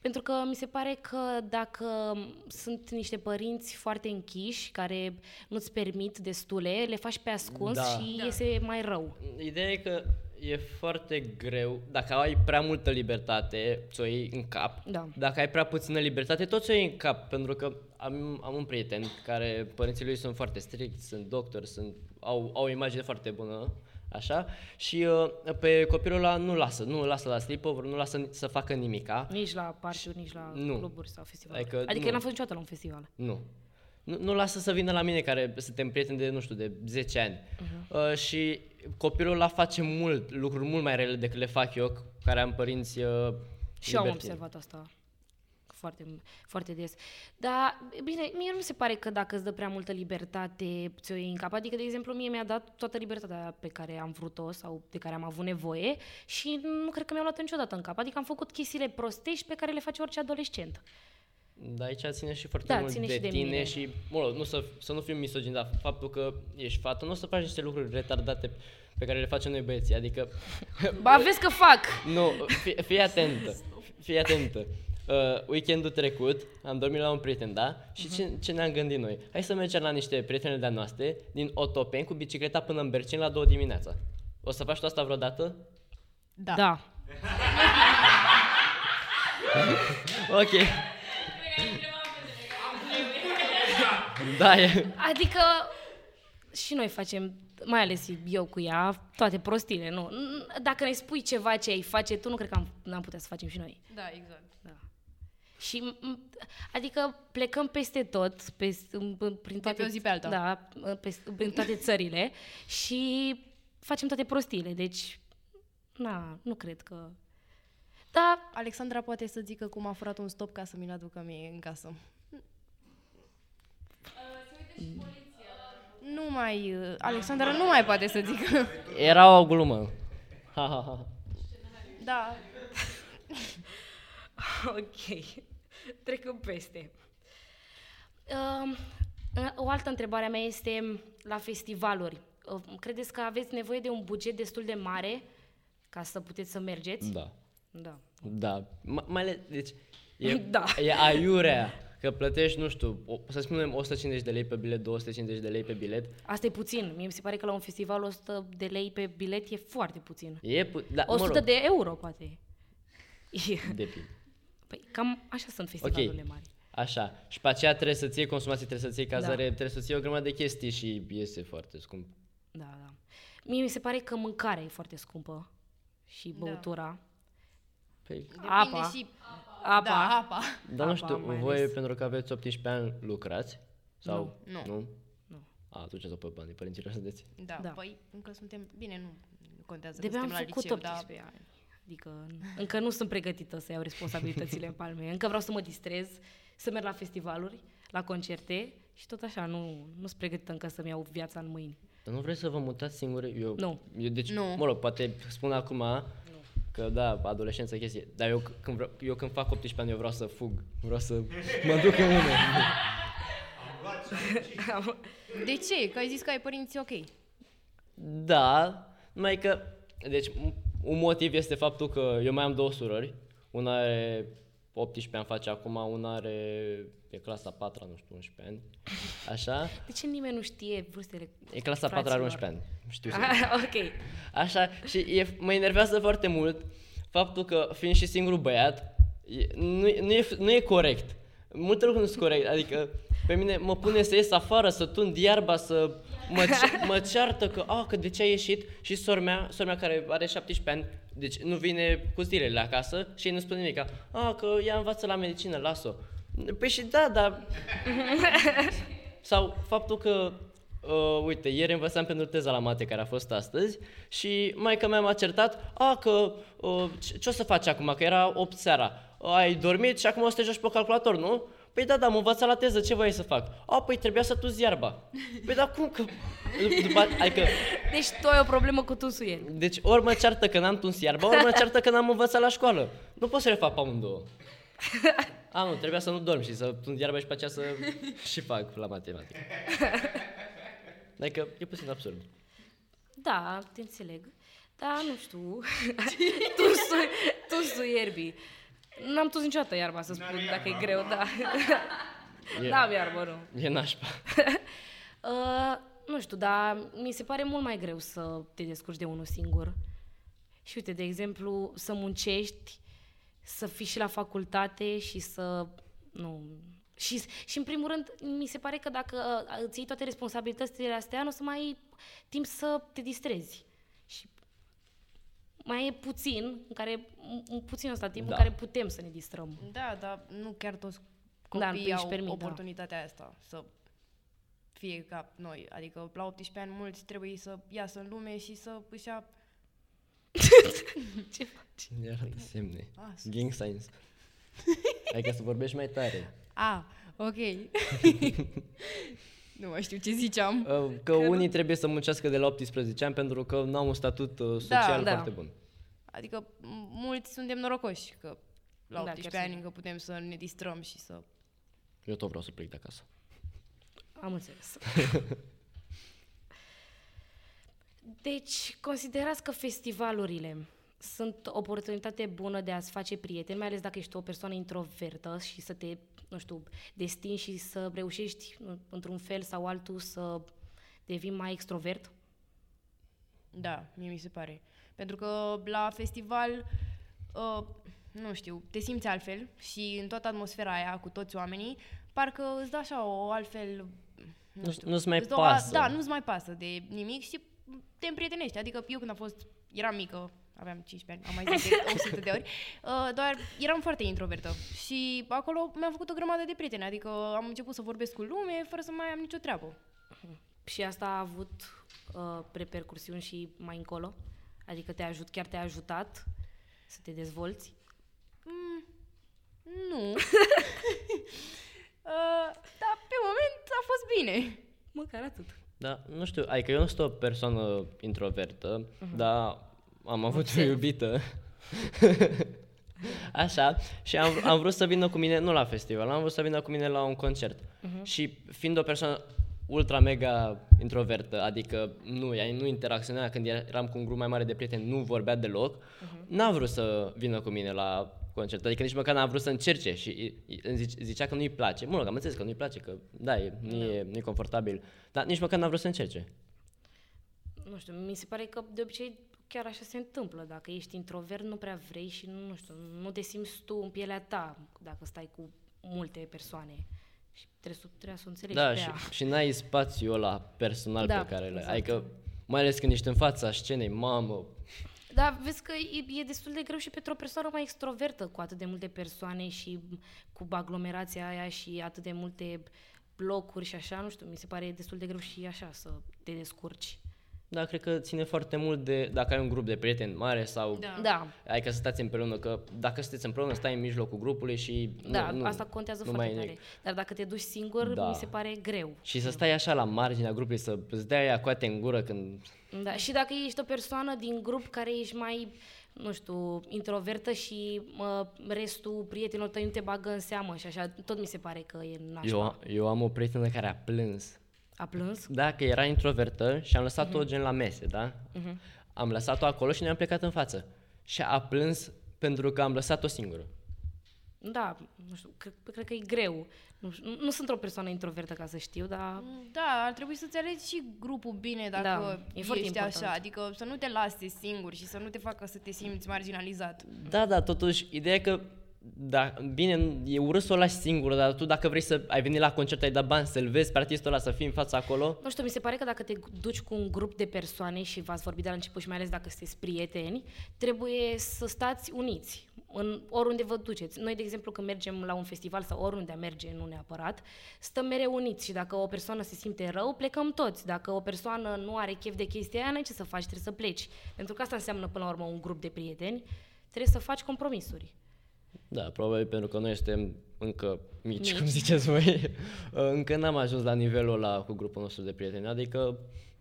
[SPEAKER 1] Pentru că mi se pare că dacă sunt niște părinți foarte închiși, care nu-ți permit destule, le faci pe ascuns
[SPEAKER 3] Da.
[SPEAKER 1] și iese mai rău.
[SPEAKER 3] Ideea e că e foarte greu, dacă ai prea multă libertate, ți-o iei în cap.
[SPEAKER 1] Da.
[SPEAKER 3] Dacă ai prea puțină libertate, tot ți-o iei în cap, pentru că am, am un prieten care părinții lui sunt foarte strict, sunt doctori, sunt, au, au o imagine foarte bună, așa, și uh, pe copilul ăla nu lasă, nu lasă la sleepover, nu lasă să facă nimica.
[SPEAKER 1] Nici la parciuri, nici la
[SPEAKER 3] Nu.
[SPEAKER 1] cluburi sau festivaluri.
[SPEAKER 3] Adică
[SPEAKER 1] Adică,
[SPEAKER 3] nu.
[SPEAKER 1] adică n-am fost niciodată la un festival.
[SPEAKER 3] Nu. Nu, nu lasă să vină la mine, care suntem prieteni de, nu știu, de 10 ani. Uh-huh. Uh, și copilul la face mult, lucruri mult mai rele decât le fac eu, c- care am părinți uh,
[SPEAKER 1] Și eu am
[SPEAKER 3] libertini.
[SPEAKER 1] observat asta foarte, foarte des. Dar, bine, mie nu mi se pare că dacă îți dă prea multă libertate, ți-o iei în cap. Adică, de exemplu, mie mi-a dat toată libertatea pe care am vrut-o sau de care am avut nevoie și nu cred că mi-au luat niciodată în cap. Adică am făcut chestiile prostești pe care le face orice adolescent.
[SPEAKER 3] Dar aici ține și foarte
[SPEAKER 1] Da,
[SPEAKER 3] mult
[SPEAKER 1] ține
[SPEAKER 3] de,
[SPEAKER 1] și de
[SPEAKER 3] tine
[SPEAKER 1] mine.
[SPEAKER 3] și, mă rog, nu să, să nu fiu misogin, dar faptul că ești fată, nu o să faci niște lucruri retardate pe care le facem noi băieții, adică
[SPEAKER 1] Ba, vezi că fac!
[SPEAKER 3] Nu, fii, fii atentă. Fii atentă. Uh, weekendul trecut am dormit la un prieten, da? Și ce, ce ne-am gândit noi? Hai să mergem la niște prietene de-a noastre din Otopeni cu bicicleta până în Berceni la 2 dimineața. O să faci tu asta vreodată?
[SPEAKER 2] Da. da.
[SPEAKER 1] Da.
[SPEAKER 3] Ok. da, e...
[SPEAKER 1] Adică și noi facem, mai ales eu cu ea, toate prostile, nu? N- Dacă ne spui ceva ce ai face tu, nu cred că am, n-am putea să facem și noi.
[SPEAKER 5] Da, exact.
[SPEAKER 1] Da. Și, m- adică, plecăm peste tot, peste, m- m- prin toate...
[SPEAKER 2] pe o zi pe alta.
[SPEAKER 1] Da, m- peste, prin toate țările și facem toate prostiile, deci, na, nu cred că... Da,
[SPEAKER 2] Alexandra poate să zică cum a furat un stop ca să mi-l aducă mie în casă.
[SPEAKER 1] Uh,
[SPEAKER 2] Nu mai... uh, Alexandra nu mai poate să zică.
[SPEAKER 3] Era o glumă. Ha, ha, ha.
[SPEAKER 2] Da.
[SPEAKER 1] ok, trecăm peste. Um, O altă întrebare a mea este la festivaluri. Uh, Credeți că aveți nevoie de un buget destul de mare ca să puteți să mergeți?
[SPEAKER 3] Da.
[SPEAKER 1] Da.
[SPEAKER 3] Da. Ma- mai ales, deci, e,
[SPEAKER 1] Da.
[SPEAKER 3] e aiurea Că plătești, nu știu, o, să spunem 150 de lei pe bilet, 250 de lei pe bilet.
[SPEAKER 1] Asta e puțin. Mie mi se pare că la un festival 100 de lei pe bilet e foarte puțin.
[SPEAKER 3] E pu- da,
[SPEAKER 1] 100
[SPEAKER 3] mă rog,
[SPEAKER 1] de euro, poate. E-
[SPEAKER 3] Depinde.
[SPEAKER 1] Păi cam așa sunt festivalurile mari.
[SPEAKER 3] Așa. Și pe aceea trebuie să ții consumații, trebuie să ții cazare, da. trebuie să ții o grămadă de chestii și iese foarte scump.
[SPEAKER 1] Da, da. Mie mi se pare că mâncarea e foarte scumpă și
[SPEAKER 2] Da.
[SPEAKER 1] băutura.
[SPEAKER 3] Păi,
[SPEAKER 1] Apa.
[SPEAKER 2] și...
[SPEAKER 1] Apa.
[SPEAKER 2] Da, apa.
[SPEAKER 3] dar nu
[SPEAKER 1] Apa,
[SPEAKER 3] știu,
[SPEAKER 1] mai
[SPEAKER 3] voi
[SPEAKER 1] ales.
[SPEAKER 3] pentru că aveți 18 ani lucrați? Sau
[SPEAKER 2] Nu.
[SPEAKER 3] Nu?
[SPEAKER 1] Nu.
[SPEAKER 3] A, atunci pe banii părinților sunteți.
[SPEAKER 2] Da,
[SPEAKER 1] Da.
[SPEAKER 2] da, păi încă suntem... Bine, nu contează
[SPEAKER 1] De
[SPEAKER 2] că
[SPEAKER 1] abia am
[SPEAKER 2] suntem la
[SPEAKER 1] făcut
[SPEAKER 2] liceu, da. dar...
[SPEAKER 1] 18 ani. Adică încă nu sunt pregătită să iau responsabilitățile în palme. Încă vreau să mă distrez, să merg la festivaluri, la concerte și tot așa. Nu, nu sunt pregătită încă să-mi iau viața în mâini.
[SPEAKER 3] Dar nu vreți să vă mutați singure? Eu,
[SPEAKER 1] Nu.
[SPEAKER 3] Eu, deci,
[SPEAKER 2] Nu.
[SPEAKER 3] mă rog, poate spun acum că da, adolescență chestie. Dar eu c- când, vreau, eu când fac 18 ani, eu vreau să fug. Vreau să mă duc în lume.
[SPEAKER 2] De ce? Că ai zis că ai părinți ok.
[SPEAKER 3] Da, numai că, deci, un- un motiv este faptul că eu mai am două surori. Una are 18 ani face acum, una are e clasa 4 nu știu, 11 ani. Așa?
[SPEAKER 1] De ce nimeni nu știe vârstele
[SPEAKER 3] E clasa 4
[SPEAKER 1] fraților?
[SPEAKER 3] are 11 ani. Știu să
[SPEAKER 1] Ah, ok.
[SPEAKER 3] Așa, și e, mă enervează foarte mult faptul că, fiind și singurul băiat, e, nu, nu, e, nu e corect. Multe lucruri nu sunt corect, adică pe mine mă pune să ies afară, să tund iarba, să mă, ce- mă ceartă că, ah, că de ce ai ieșit și sora mea, sora mea care are 17 ani, deci nu vine cu zilele acasă și ei nu spune nimic, ah, că ea învață la medicină, las-o. Păi și da, dar sau faptul că, uh, uite, ieri învățam pentru teza la mate care a fost astăzi și maica mea m-a certat, a, că uh, ce- ce o să faci acum, că era 8 seara, ai dormit și acum o să te joci pe calculator, nu? Păi da, da, am învățat la teză, ce voiai să fac? A, păi trebuia să tu iarba. Păi da, cum că... Dup- După, adică,
[SPEAKER 1] Deci tu ai o problemă cu tunsuieli.
[SPEAKER 3] deci ori mă ceartă că n-am tuns iarba, ori mă ceartă că n-am învățat la școală. Nu pot să le fac pe amândouă. A, nu, trebuia să nu dorm și să tund iarba și pe aceea să și fac la matematică. Adică e puțin absurd.
[SPEAKER 1] Da, te înțeleg. Da, nu știu. tunsu, tunsu ierbii. N-am tuns niciodată iarba să spun dacă e greu, da.
[SPEAKER 3] E,
[SPEAKER 1] N-am iarbă, nu.
[SPEAKER 3] e nașpa.
[SPEAKER 1] Uh, nu știu, dar mi se pare mult mai greu să te descurci de unul singur. Și uite, de exemplu, să muncești, să fii și la facultate și să... Nu, și, și în primul rând, mi se pare că dacă uh, îți iei toate responsabilitățile astea, nu o să mai ai timp să te distrezi. Și mai e puțin în care, un puțin ăsta timp
[SPEAKER 3] Da.
[SPEAKER 1] în care putem să ne distrăm.
[SPEAKER 2] Da, dar nu chiar toți
[SPEAKER 1] Da,
[SPEAKER 2] copiii
[SPEAKER 1] își
[SPEAKER 2] au
[SPEAKER 1] permit, da.
[SPEAKER 2] oportunitatea asta să fie ca noi. Adică la 18 ani mulți trebuie să iasă în lume și să își ia...
[SPEAKER 1] Ce faci?
[SPEAKER 3] Ne arată semne.
[SPEAKER 2] Ah, sus.
[SPEAKER 3] Gang signs. Adică să vorbești mai tare.
[SPEAKER 2] A, ok. nu mai știu ce ziceam.
[SPEAKER 3] Uh, Că, că unii trebuie să muncească de la 18 ani pentru că nu au un statut uh, social
[SPEAKER 1] da.
[SPEAKER 3] foarte bun.
[SPEAKER 2] Adică m- mulți suntem norocoși că la
[SPEAKER 1] Da,
[SPEAKER 2] 18
[SPEAKER 1] chiar
[SPEAKER 2] ani
[SPEAKER 1] sunt.
[SPEAKER 2] încă putem să ne distrăm și să...
[SPEAKER 3] Eu tot vreau să plec de acasă.
[SPEAKER 1] Am înțeles. Deci, considerați că festivalurile sunt o oportunitate bună de a-ți face prieteni, mai ales dacă ești o persoană introvertă și să te, nu știu, destini și să reușești în- într-un fel sau altul să devii mai extrovert?
[SPEAKER 2] Da, mie mi se pare. Pentru că la festival, uh, nu știu, te simți altfel și în toată atmosfera aia cu toți oamenii, parcă îți dă așa o altfel... Nu
[SPEAKER 3] Nu-
[SPEAKER 2] știu,
[SPEAKER 3] nu-ți mai
[SPEAKER 2] îți dă o al-
[SPEAKER 3] pasă.
[SPEAKER 2] Da, nu-ți mai pasă de nimic și te împrietenești. Adică eu când am fost, eram mică, aveam 15 ani, am mai zis de 100 de ori, uh, doar eram foarte introvertă și acolo mi-am făcut o grămadă de prieteni, adică am început să vorbesc cu lume fără să mai am nicio treabă.
[SPEAKER 1] Și asta a avut uh, repercursiuni și mai încolo? Adică te ajut, chiar te-a ajutat să te dezvolți?
[SPEAKER 2] Nu. uh, dar pe moment a fost bine.
[SPEAKER 1] Măcar atât.
[SPEAKER 3] Da, nu știu, adică eu nu sunt o persoană introvertă, dar am avut o iubită. Așa, și am, am vrut să vină cu mine, nu la festival, am vrut să vină cu mine la un concert. Și fiind o persoană ultra mega introvertă, adică nu, ea nu interacționa când eram cu un grup mai mare de prieteni, nu vorbea deloc, n-a vrut să vină cu mine la concert. Adică nici măcar n-a vrut să încerce și i- i- îmi zice- zicea că nu-i place. Mă rog, am înțeles că nu-i place, că da, e, nu, e, nu e confortabil, dar nici măcar n-a vrut să încerce.
[SPEAKER 1] Nu știu, mi se pare că de obicei chiar așa se întâmplă. Dacă ești introvert, nu prea vrei și nu, nu știu, nu te simți tu în pielea ta dacă stai cu multe persoane. Și trebuie să, trebuie să o înțelegi
[SPEAKER 3] Da,
[SPEAKER 1] pe
[SPEAKER 3] și,
[SPEAKER 1] ea.
[SPEAKER 3] și n-ai spațiul ăla personal
[SPEAKER 1] Da,
[SPEAKER 3] pe care l-ai.
[SPEAKER 1] exact.
[SPEAKER 3] Adică, mai ales când ești în fața scenei, mamă,
[SPEAKER 1] Dar vezi că e, e destul de greu și pentru o persoană mai extrovertă, cu atât de multe persoane și cu aglomerația aia și atât de multe blocuri și așa, nu știu, mi se pare destul de greu și așa să te descurci.
[SPEAKER 3] da, cred că ține foarte mult de dacă ai un grup de prieteni mare sau...
[SPEAKER 5] Da.
[SPEAKER 1] Da,
[SPEAKER 3] Adică să stați împreună, că dacă sunteți împreună, stai în mijlocul grupului și...
[SPEAKER 1] da, nu, asta contează
[SPEAKER 3] nu
[SPEAKER 1] foarte
[SPEAKER 3] mai e
[SPEAKER 1] tare.
[SPEAKER 3] nimic.
[SPEAKER 1] Dar dacă te duci singur,
[SPEAKER 3] Da.
[SPEAKER 1] mi se pare greu.
[SPEAKER 3] Și să stai așa la marginea grupului, să îți dea ea coate în gură când...
[SPEAKER 1] Da, și dacă ești o persoană din grup care ești mai, nu știu, introvertă și mă, restul prietenilor tăi nu te bagă în seamă și așa, tot mi se pare că e nașpa.
[SPEAKER 3] Eu, eu am o prietenă care a plâns.
[SPEAKER 1] A plâns?
[SPEAKER 3] Da, că era introvertă și am
[SPEAKER 1] Mhm.
[SPEAKER 3] lăsat-o gen la mese, da? Am lăsat-o acolo și ne-am plecat în față. Și a plâns pentru că am lăsat-o singură.
[SPEAKER 1] Da, nu știu, cred, cred că e greu. Nu, știu, nu sunt o persoană introvertă ca să știu, dar
[SPEAKER 5] Da, ar trebui să înțelegi și grupul bine dacă
[SPEAKER 1] Da,
[SPEAKER 5] da,
[SPEAKER 1] e
[SPEAKER 5] e
[SPEAKER 1] foarte
[SPEAKER 5] ești
[SPEAKER 1] important.
[SPEAKER 5] așa, adică să nu te lase singur și să nu te facă să te simți marginalizat.
[SPEAKER 3] Da, da, totuși, ideea e că da, bine, e urât să o lași singură, dar tu dacă vrei să ai venit la concert, ai dat bani să-l vezi pe artistul ăla, să fii în fața acolo,
[SPEAKER 1] nu știu, mi se pare că dacă te duci cu un grup de persoane și v-ați vorbit de la început și mai ales dacă sunteți prieteni, trebuie să stați uniți în oriunde vă duceți. Noi, de exemplu, când mergem la un festival sau oriunde a merge, nu neapărat, stăm mereu uniți și dacă o persoană se simte rău, plecăm toți. Dacă o persoană nu are chef de chestia aia, n-ai ce să faci, trebuie să pleci. Pentru că asta înseamnă, până la urmă, un grup de prieteni. Trebuie să faci compromisuri.
[SPEAKER 3] Da, probabil pentru că noi suntem încă mici, mici. cum ziceți voi. încă n-am ajuns la nivelul ăla cu grupul nostru de prieteni. Adică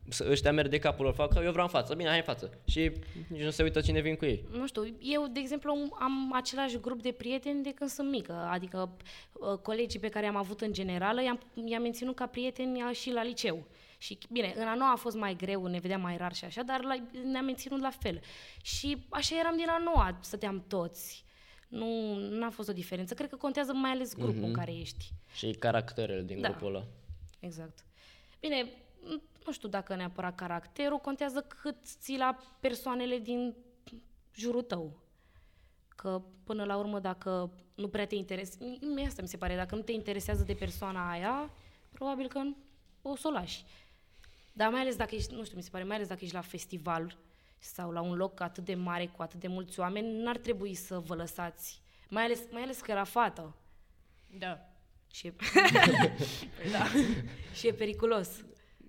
[SPEAKER 3] să- ăștia merg de capul lor, fac că eu vreau în față, bine, hai în față. Și nici nu se uită cine vin cu ei.
[SPEAKER 1] nu știu, eu, de exemplu, am- am același grup de prieteni de când sunt mică, adică uh, colegii pe care am avut în generală i-am, i-am menținut ca prieteni uh, și la liceu. Și bine, în a noua a fost mai greu, ne vedeam mai rar și așa, dar la, ne-am menținut la fel. Și așa eram din a noua, stăteam toți. Nu n-a fost o diferență. Cred că contează mai ales grupul în care ești.
[SPEAKER 3] Și caracterele din
[SPEAKER 1] Da.
[SPEAKER 3] grupul ăla.
[SPEAKER 1] Exact. Bine, n- nu știu dacă neapărat caracterul, contează cât ții la persoanele din jurul tău. Că până la urmă, dacă nu prea te interesează, asta mi se pare, dacă nu te interesează de persoana aia, probabil că nu- o să o lași. Dar mai ales dacă ești, nu știu, mi se pare, mai ales dacă ești la festival sau la un loc atât de mare cu atât de mulți oameni, n-ar trebui să vă lăsați. Mai ales, mai ales că era fată
[SPEAKER 5] Da.
[SPEAKER 1] și e, Păi da. și e periculos.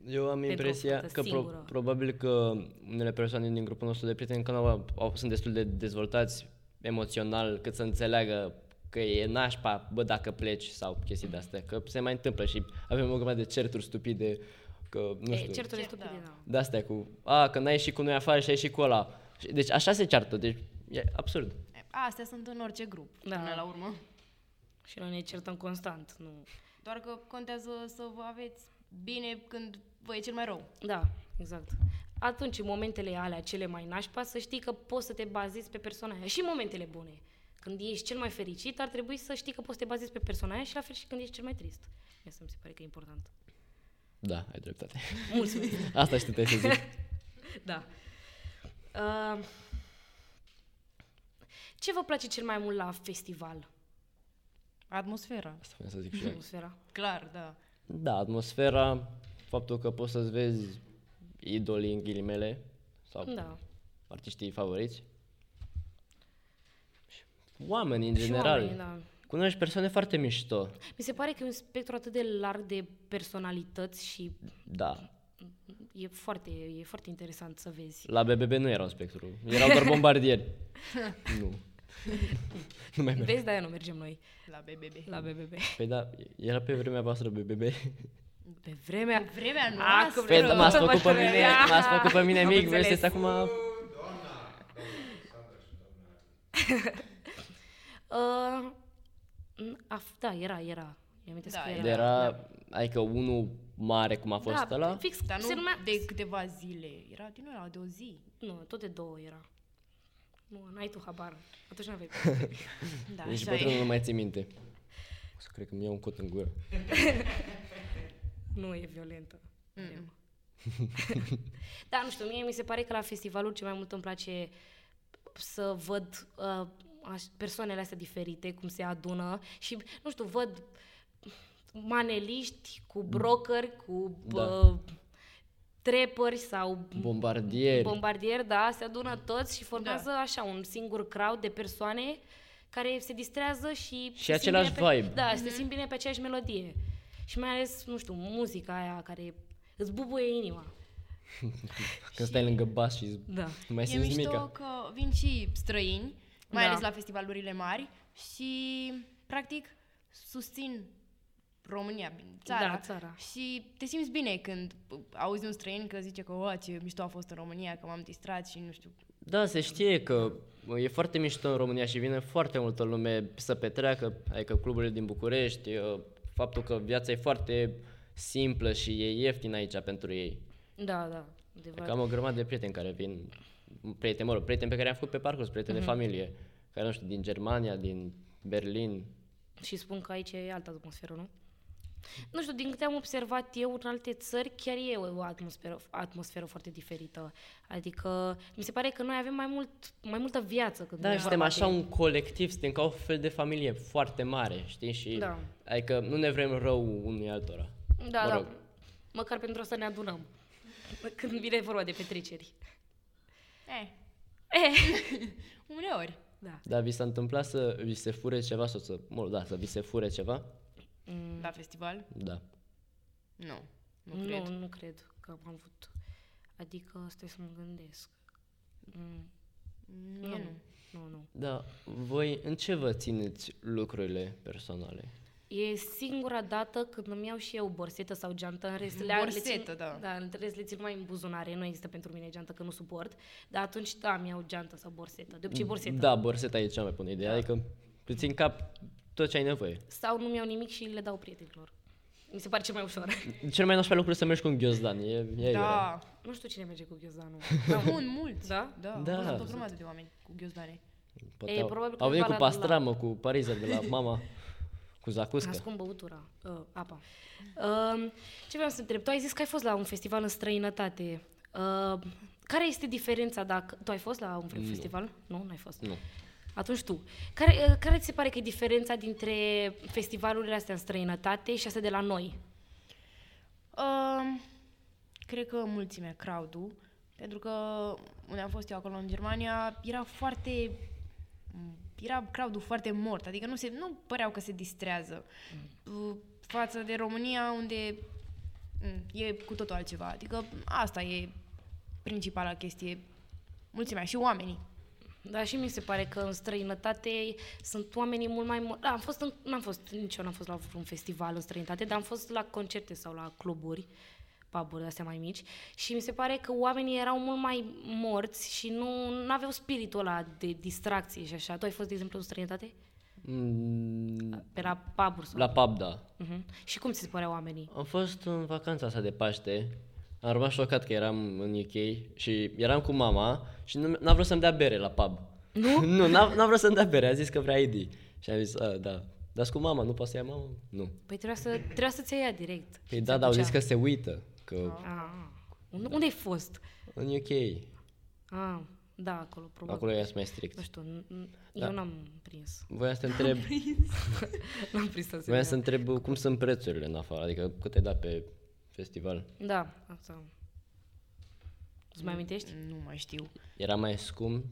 [SPEAKER 3] Eu am impresia
[SPEAKER 1] fată
[SPEAKER 3] că pro-
[SPEAKER 1] singură.
[SPEAKER 3] probabil că unele persoane din grupul nostru de prieteni încă nu au, au, sunt destul de dezvoltați emoțional cât să înțeleagă că e nașpa, bă, dacă pleci sau chestii de astea, că se mai întâmplă și avem o grămadă de certuri stupide, că nu
[SPEAKER 1] E,
[SPEAKER 3] știu.
[SPEAKER 1] certul e stupid, da.
[SPEAKER 3] de astea cu, a, că n-ai ieșit cu noi afară și ai ieșit cu ăla. Și- Deci așa se ceartă, deci e absurd.
[SPEAKER 5] Astea sunt în orice grup,
[SPEAKER 1] Da.
[SPEAKER 5] da. până la urmă.
[SPEAKER 1] Și noi ne certăm constant, nu...
[SPEAKER 5] Doar că contează să vă aveți bine când vă e cel mai rău.
[SPEAKER 1] Da, exact. Atunci, în momentele alea cele mai nașpa, să știi că poți să te bazezi pe persoana aia. Și în momentele bune. Când ești cel mai fericit, ar trebui să știi că poți să te bazezi pe persoana aia și la fel și când ești cel mai trist. Asta mi se pare că e important.
[SPEAKER 3] Da, ai dreptate.
[SPEAKER 1] Mulțumesc!
[SPEAKER 3] Asta și tu să zic.
[SPEAKER 1] da. Uh, ce vă place cel mai mult la festival?
[SPEAKER 5] Atmosfera.
[SPEAKER 3] Asta vreau să zic și eu.
[SPEAKER 1] Atmosfera?
[SPEAKER 5] Clar, da.
[SPEAKER 3] Da, atmosfera, faptul că poți să-ți vezi idolii în ghilimele sau
[SPEAKER 1] Da.
[SPEAKER 3] artiștii favoriți. Și Oameni, în
[SPEAKER 1] Și
[SPEAKER 3] general.
[SPEAKER 1] oamenii, da.
[SPEAKER 3] Cunoști persoane foarte mișto.
[SPEAKER 1] Mi se pare că e un spectru atât de larg de personalități și
[SPEAKER 3] Da.
[SPEAKER 1] e foarte, e foarte interesant să vezi.
[SPEAKER 3] La BBB nu erau spectru. Erau doar bombardieri. nu. nu mai merg.
[SPEAKER 1] Vezi, de-aia nu mergem noi
[SPEAKER 5] La BBB.
[SPEAKER 1] la BBB.
[SPEAKER 3] Păi da, era pe vremea voastră BBB.
[SPEAKER 1] Pe vremea...
[SPEAKER 5] Vremea
[SPEAKER 1] Ah,
[SPEAKER 5] noastră.
[SPEAKER 3] Păi,
[SPEAKER 1] Rău,
[SPEAKER 3] da, m-ați
[SPEAKER 1] tot
[SPEAKER 3] făcut pe
[SPEAKER 1] așa
[SPEAKER 3] mine,
[SPEAKER 1] era.
[SPEAKER 3] m-ați făcut pe mine
[SPEAKER 1] Am
[SPEAKER 3] mic,
[SPEAKER 1] înțeles.
[SPEAKER 3] vă sunteți acum...
[SPEAKER 1] Uh, n- af, da, era, era. Mi-am da,
[SPEAKER 5] Da,
[SPEAKER 1] că era.
[SPEAKER 3] De era, adică unul mare cum a fost
[SPEAKER 1] da,
[SPEAKER 3] ăla,
[SPEAKER 1] fix,
[SPEAKER 5] Dar nu
[SPEAKER 1] se numea...
[SPEAKER 5] de câteva zile. Era din ăla de o zi.
[SPEAKER 1] Nu, tot de două era. Nu, n-ai tu habar. Atunci n-aveai.
[SPEAKER 7] Da, așa
[SPEAKER 3] Nici
[SPEAKER 7] e.
[SPEAKER 3] Deci bătrânul nu mai țin minte. O să cred că mi iau un cot în gură.
[SPEAKER 1] nu e violentă. Mm. da, nu știu, mie mi se pare că la festivaluri ce mai mult îmi place să văd uh, aș, persoanele astea diferite, cum se adună și, nu știu, văd maneliști cu brokeri, cu
[SPEAKER 3] Mm. Da.
[SPEAKER 1] uh, trepări sau
[SPEAKER 7] Mm.
[SPEAKER 3] Bombardieri. Mm.
[SPEAKER 1] bombardier, da, se adună toți și formează da. așa un singur crowd de persoane care se distrează și...
[SPEAKER 3] Și
[SPEAKER 1] se simt
[SPEAKER 3] același
[SPEAKER 1] bine pe,
[SPEAKER 3] vibe.
[SPEAKER 1] Da, mm-hmm. se simt bine pe aceeași melodie. Și mai ales, nu știu, muzica aia care îți bubuie inima.
[SPEAKER 3] Când stai lângă bas și
[SPEAKER 1] Da.
[SPEAKER 3] nu mai
[SPEAKER 2] E
[SPEAKER 3] simți
[SPEAKER 2] mișto
[SPEAKER 3] nimica.
[SPEAKER 2] că vin și străini, mai
[SPEAKER 1] Da.
[SPEAKER 2] ales la festivalurile mari și, practic, susțin România, țara.
[SPEAKER 1] Da, țara.
[SPEAKER 2] Și te simți bine când auzi un străin că zice că, o, ce mișto a fost în România, că m-am distrat și nu știu.
[SPEAKER 3] Da, se știe că e foarte mișto în România și vine foarte multă lume să petreacă, adică cluburile din București, eh, faptul că viața e foarte simplă și e ieftin aici pentru ei.
[SPEAKER 1] Da, da,
[SPEAKER 3] Că
[SPEAKER 1] adevărat.
[SPEAKER 3] am o grămadă de prieteni care vin, prieteni, mă rog, prieteni pe care am făcut pe parcurs, prieteni mm-hmm.
[SPEAKER 7] Mhm.
[SPEAKER 3] de familie, care, nu știu, din Germania, din Berlin.
[SPEAKER 1] Și spun că aici e altă atmosferă, nu? Nu știu, din câte am observat eu în alte țări, chiar e o atmosferă, atmosferă foarte diferită. Adică, mi se pare că noi avem mai, mult, mai multă viață. Când
[SPEAKER 3] Da,
[SPEAKER 1] e
[SPEAKER 3] suntem
[SPEAKER 1] vorba
[SPEAKER 3] așa
[SPEAKER 1] de-
[SPEAKER 3] un colectiv, suntem ca un fel de familie foarte mare, știi? Și
[SPEAKER 1] Da.
[SPEAKER 3] Adică nu ne vrem rău unii altora.
[SPEAKER 1] Da,
[SPEAKER 3] mă
[SPEAKER 1] da.
[SPEAKER 3] rog.
[SPEAKER 1] Măcar pentru asta ne adunăm. Când vine vorba de petreceri.
[SPEAKER 2] Eh,
[SPEAKER 1] Eh,
[SPEAKER 2] uneori.
[SPEAKER 1] da.
[SPEAKER 3] Dar vi s-a întâmplat să vi se fure ceva sau să, mă rog, da, să vi se fure ceva?
[SPEAKER 2] La festival?
[SPEAKER 3] Da.
[SPEAKER 2] Nu. Nu,
[SPEAKER 1] Nu,
[SPEAKER 2] cred.
[SPEAKER 1] nu, nu cred că am avut. Adică, stai să mă gândesc. Mm,
[SPEAKER 2] Nu.
[SPEAKER 1] nu,
[SPEAKER 2] nu.
[SPEAKER 1] nu, nu.
[SPEAKER 3] Da, voi în ce vă țineți lucrurile personale?
[SPEAKER 1] E singura dată când îmi iau și eu borsetă sau geantă în rest. le- le
[SPEAKER 2] Borsetă,
[SPEAKER 1] țin,
[SPEAKER 2] da.
[SPEAKER 1] Da, în rest le țin mai în buzunare. Nu există pentru mine geantă, că nu suport. Dar atunci, da, îmi iau geantă sau borsetă. De obicei borsetă.
[SPEAKER 3] Da, borseta e cea mai bună idee, da. adică îți țin cap tot ce ai nevoie.
[SPEAKER 1] Sau nu-mi iau nimic și le dau prietenilor. Mi se pare cel mai ușor.
[SPEAKER 3] Cel mai nașpa lucru e să mergi cu un ghiozdan, e, e aiurea.
[SPEAKER 2] Da.
[SPEAKER 1] nu știu cine merge cu ghiozdanul.
[SPEAKER 2] Da, mult, mult.
[SPEAKER 1] Da?
[SPEAKER 2] Da,
[SPEAKER 3] Da.
[SPEAKER 2] da. sunt o grămadă de oameni cu ghiozdane.
[SPEAKER 3] Poate
[SPEAKER 1] E,
[SPEAKER 3] au,
[SPEAKER 1] probabil că
[SPEAKER 3] au
[SPEAKER 1] e
[SPEAKER 3] venit cu
[SPEAKER 1] valabil la-
[SPEAKER 3] pastramă, cu parizer de la mama, cu zacuscă.
[SPEAKER 1] Ascund băutura, uh, apa. Uh, ce vreau să te întreb? Tu ai zis că ai fost la un festival în străinătate. Uh, care este diferența dacă... Tu ai fost la un festival? Nu, n-ai fost.
[SPEAKER 3] Nu.
[SPEAKER 1] Atunci tu. Care, uh, care ți se pare că e diferența dintre festivalurile astea în străinătate și astea de la noi?
[SPEAKER 2] Um, cred că mulțimea, crowd-ul, pentru că unde am fost eu acolo în Germania, era foarte m, era crowd-ul foarte mort, adică nu, se, nu păreau că se distrează. Mm. Față de România, unde m, e cu totul altceva. Adică asta e principala chestie. Mulțimea și oamenii.
[SPEAKER 1] Da, și mi se pare că în străinătate sunt oamenii mult mai mult. Da, am fost în, n-am fost, nici eu n-am fost la un festival în străinătate, dar am fost la concerte sau la cluburi, puburi astea mai mici și mi se pare că oamenii erau mult mai morți și nu aveau spiritul ăla de distracție și așa. Tu ai fost, de exemplu, în străinătate?
[SPEAKER 3] Mm,
[SPEAKER 1] Pe la puburi sau...
[SPEAKER 3] la pub, da.
[SPEAKER 1] Uh-huh. Și cum ți se păreau oamenii?
[SPEAKER 3] Am fost în vacanța asta de Paște. Am rămas șocat că eram în UK și eram cu mama și nu, n-a vrut să-mi dea bere la pub. Nu? nu, n-a, n-a vrut să-mi dea bere, a zis că vrea ID. Și am zis, "A, da, dar cu mama, nu poți să ia mama? Nu.
[SPEAKER 1] Păi trebuia, să, trebuia să-ți ia direct.
[SPEAKER 3] Păi da, dar au zis că se uită, că
[SPEAKER 1] Ah, unde, unde ai fost?
[SPEAKER 3] în UK,
[SPEAKER 1] Ah, da, acolo, probabil.
[SPEAKER 3] acolo e Da. mai
[SPEAKER 1] Nu
[SPEAKER 3] strict.
[SPEAKER 1] știu, n- n- eu n-am prins.
[SPEAKER 3] Voiam să te întreb,
[SPEAKER 1] N-am prins să
[SPEAKER 3] voiam să întreb cum sunt prețurile în afară, adică cât ai dat pe festival.
[SPEAKER 1] Da, asta. Îți mai amintești?
[SPEAKER 2] Mm, Nu mai știu.
[SPEAKER 3] Era mai scump?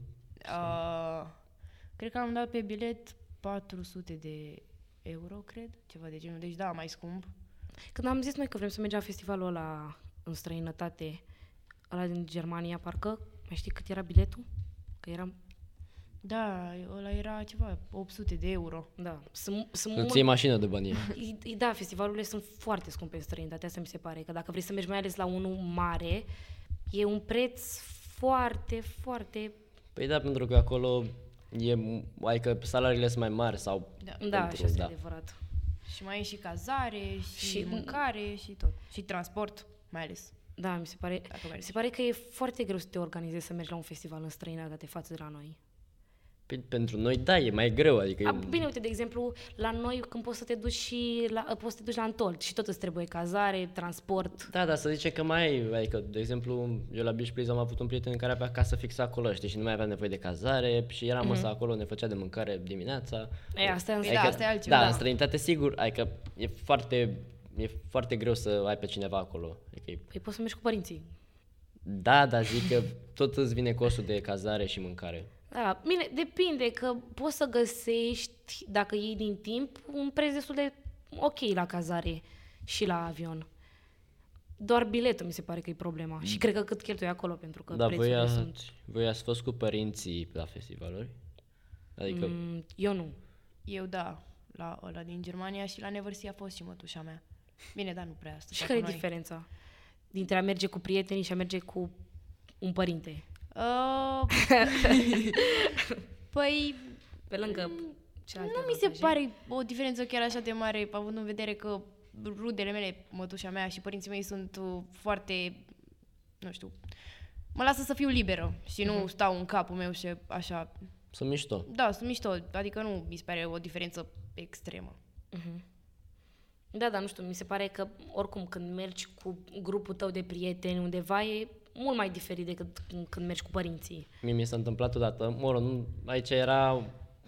[SPEAKER 2] Uh, cred că am dat pe bilet 400 de euro, cred, ceva de genul. Deci da, mai scump.
[SPEAKER 1] Când am zis noi că vrem să mergem la festivalul ăla în străinătate, ăla din Germania, parcă, mai știi cât era biletul? Că eram...
[SPEAKER 2] Da, ăla era ceva, 800 de euro.
[SPEAKER 1] Da, sunt, sunt
[SPEAKER 3] Îți iei mașină de bani.
[SPEAKER 1] I- i- Da, festivalurile sunt foarte scumpe în străinătate, asta mi se pare. Că dacă vrei să mergi mai ales la unul mare, e un preț foarte, foarte...
[SPEAKER 3] Păi da, pentru că acolo e, adică salariile sunt mai mari sau
[SPEAKER 1] Da, da
[SPEAKER 3] pentru-
[SPEAKER 1] și asta
[SPEAKER 3] da.
[SPEAKER 1] e adevărat.
[SPEAKER 2] Și mai e și cazare, și,
[SPEAKER 1] Și-
[SPEAKER 2] și mâncare, și tot. Și transport, mai ales.
[SPEAKER 1] Da, mi se pare,
[SPEAKER 2] Dacă
[SPEAKER 1] mi
[SPEAKER 2] mergi.
[SPEAKER 1] se pare că e foarte greu să te organizezi să mergi la un festival în străinătate față de la noi.
[SPEAKER 3] Pe- Pentru noi, da, e mai greu, adică...
[SPEAKER 1] A,
[SPEAKER 3] e-
[SPEAKER 1] bine, uite, de exemplu, la noi când poți să te duci și la, poți să te duci la întorc și tot îți trebuie cazare, transport.
[SPEAKER 3] Da, dar să zice că mai ai, adică, de exemplu, eu la Beach Please am avut un prieten care avea casă fixă acolo, știi, și nu mai avea nevoie de cazare și era masa acolo, ne făcea de mâncare dimineața.
[SPEAKER 1] Mhm. E, asta e
[SPEAKER 3] Adică-
[SPEAKER 1] da,
[SPEAKER 5] asta e altceva.
[SPEAKER 3] Da, în străinătate, sigur, adică e foarte, e foarte greu să ai pe cineva acolo. Adică e,
[SPEAKER 1] Păi poți să mergi cu părinții.
[SPEAKER 3] da, dar zic că tot îți vine costul de cazare și mâncare.
[SPEAKER 1] Da, bine, depinde că poți să găsești, dacă iei din timp, un preț destul de ok la cazare și la avion. Doar biletul mi se pare că e problema și cred că cât cheltui acolo pentru că
[SPEAKER 3] Dar Mm. Da, voi,
[SPEAKER 1] prețurile
[SPEAKER 3] a,
[SPEAKER 1] sunt...
[SPEAKER 3] voi ați fost cu părinții la festivaluri? Adică, mm.
[SPEAKER 1] Mm, Eu nu.
[SPEAKER 5] Eu da, la ăla din Germania și la Neversi a fost și mătușa mea. Bine, dar nu prea asta.
[SPEAKER 1] Și care e diferența dintre a merge cu prietenii și a merge cu un părinte?
[SPEAKER 5] Uh, păi,
[SPEAKER 1] Pe lângă celelalte
[SPEAKER 5] nu mi se
[SPEAKER 1] avantaje.
[SPEAKER 5] pare o diferență chiar așa de mare, având în vedere că rudele mele, mătușa mea și părinții mei sunt uh, foarte, nu știu, mă lasă să fiu liberă și
[SPEAKER 1] Mhm.
[SPEAKER 5] nu stau în capul meu și așa.
[SPEAKER 3] sunt mișto.
[SPEAKER 5] Da, sunt mișto, adică nu mi se pare o diferență extremă.
[SPEAKER 1] Da, da, nu știu, mi se pare că oricum când mergi cu grupul tău de prieteni undeva e mult mai diferit decât când- când mergi cu părinții.
[SPEAKER 3] Mie mi s-a întâmplat odată, mă rog, nu- aici era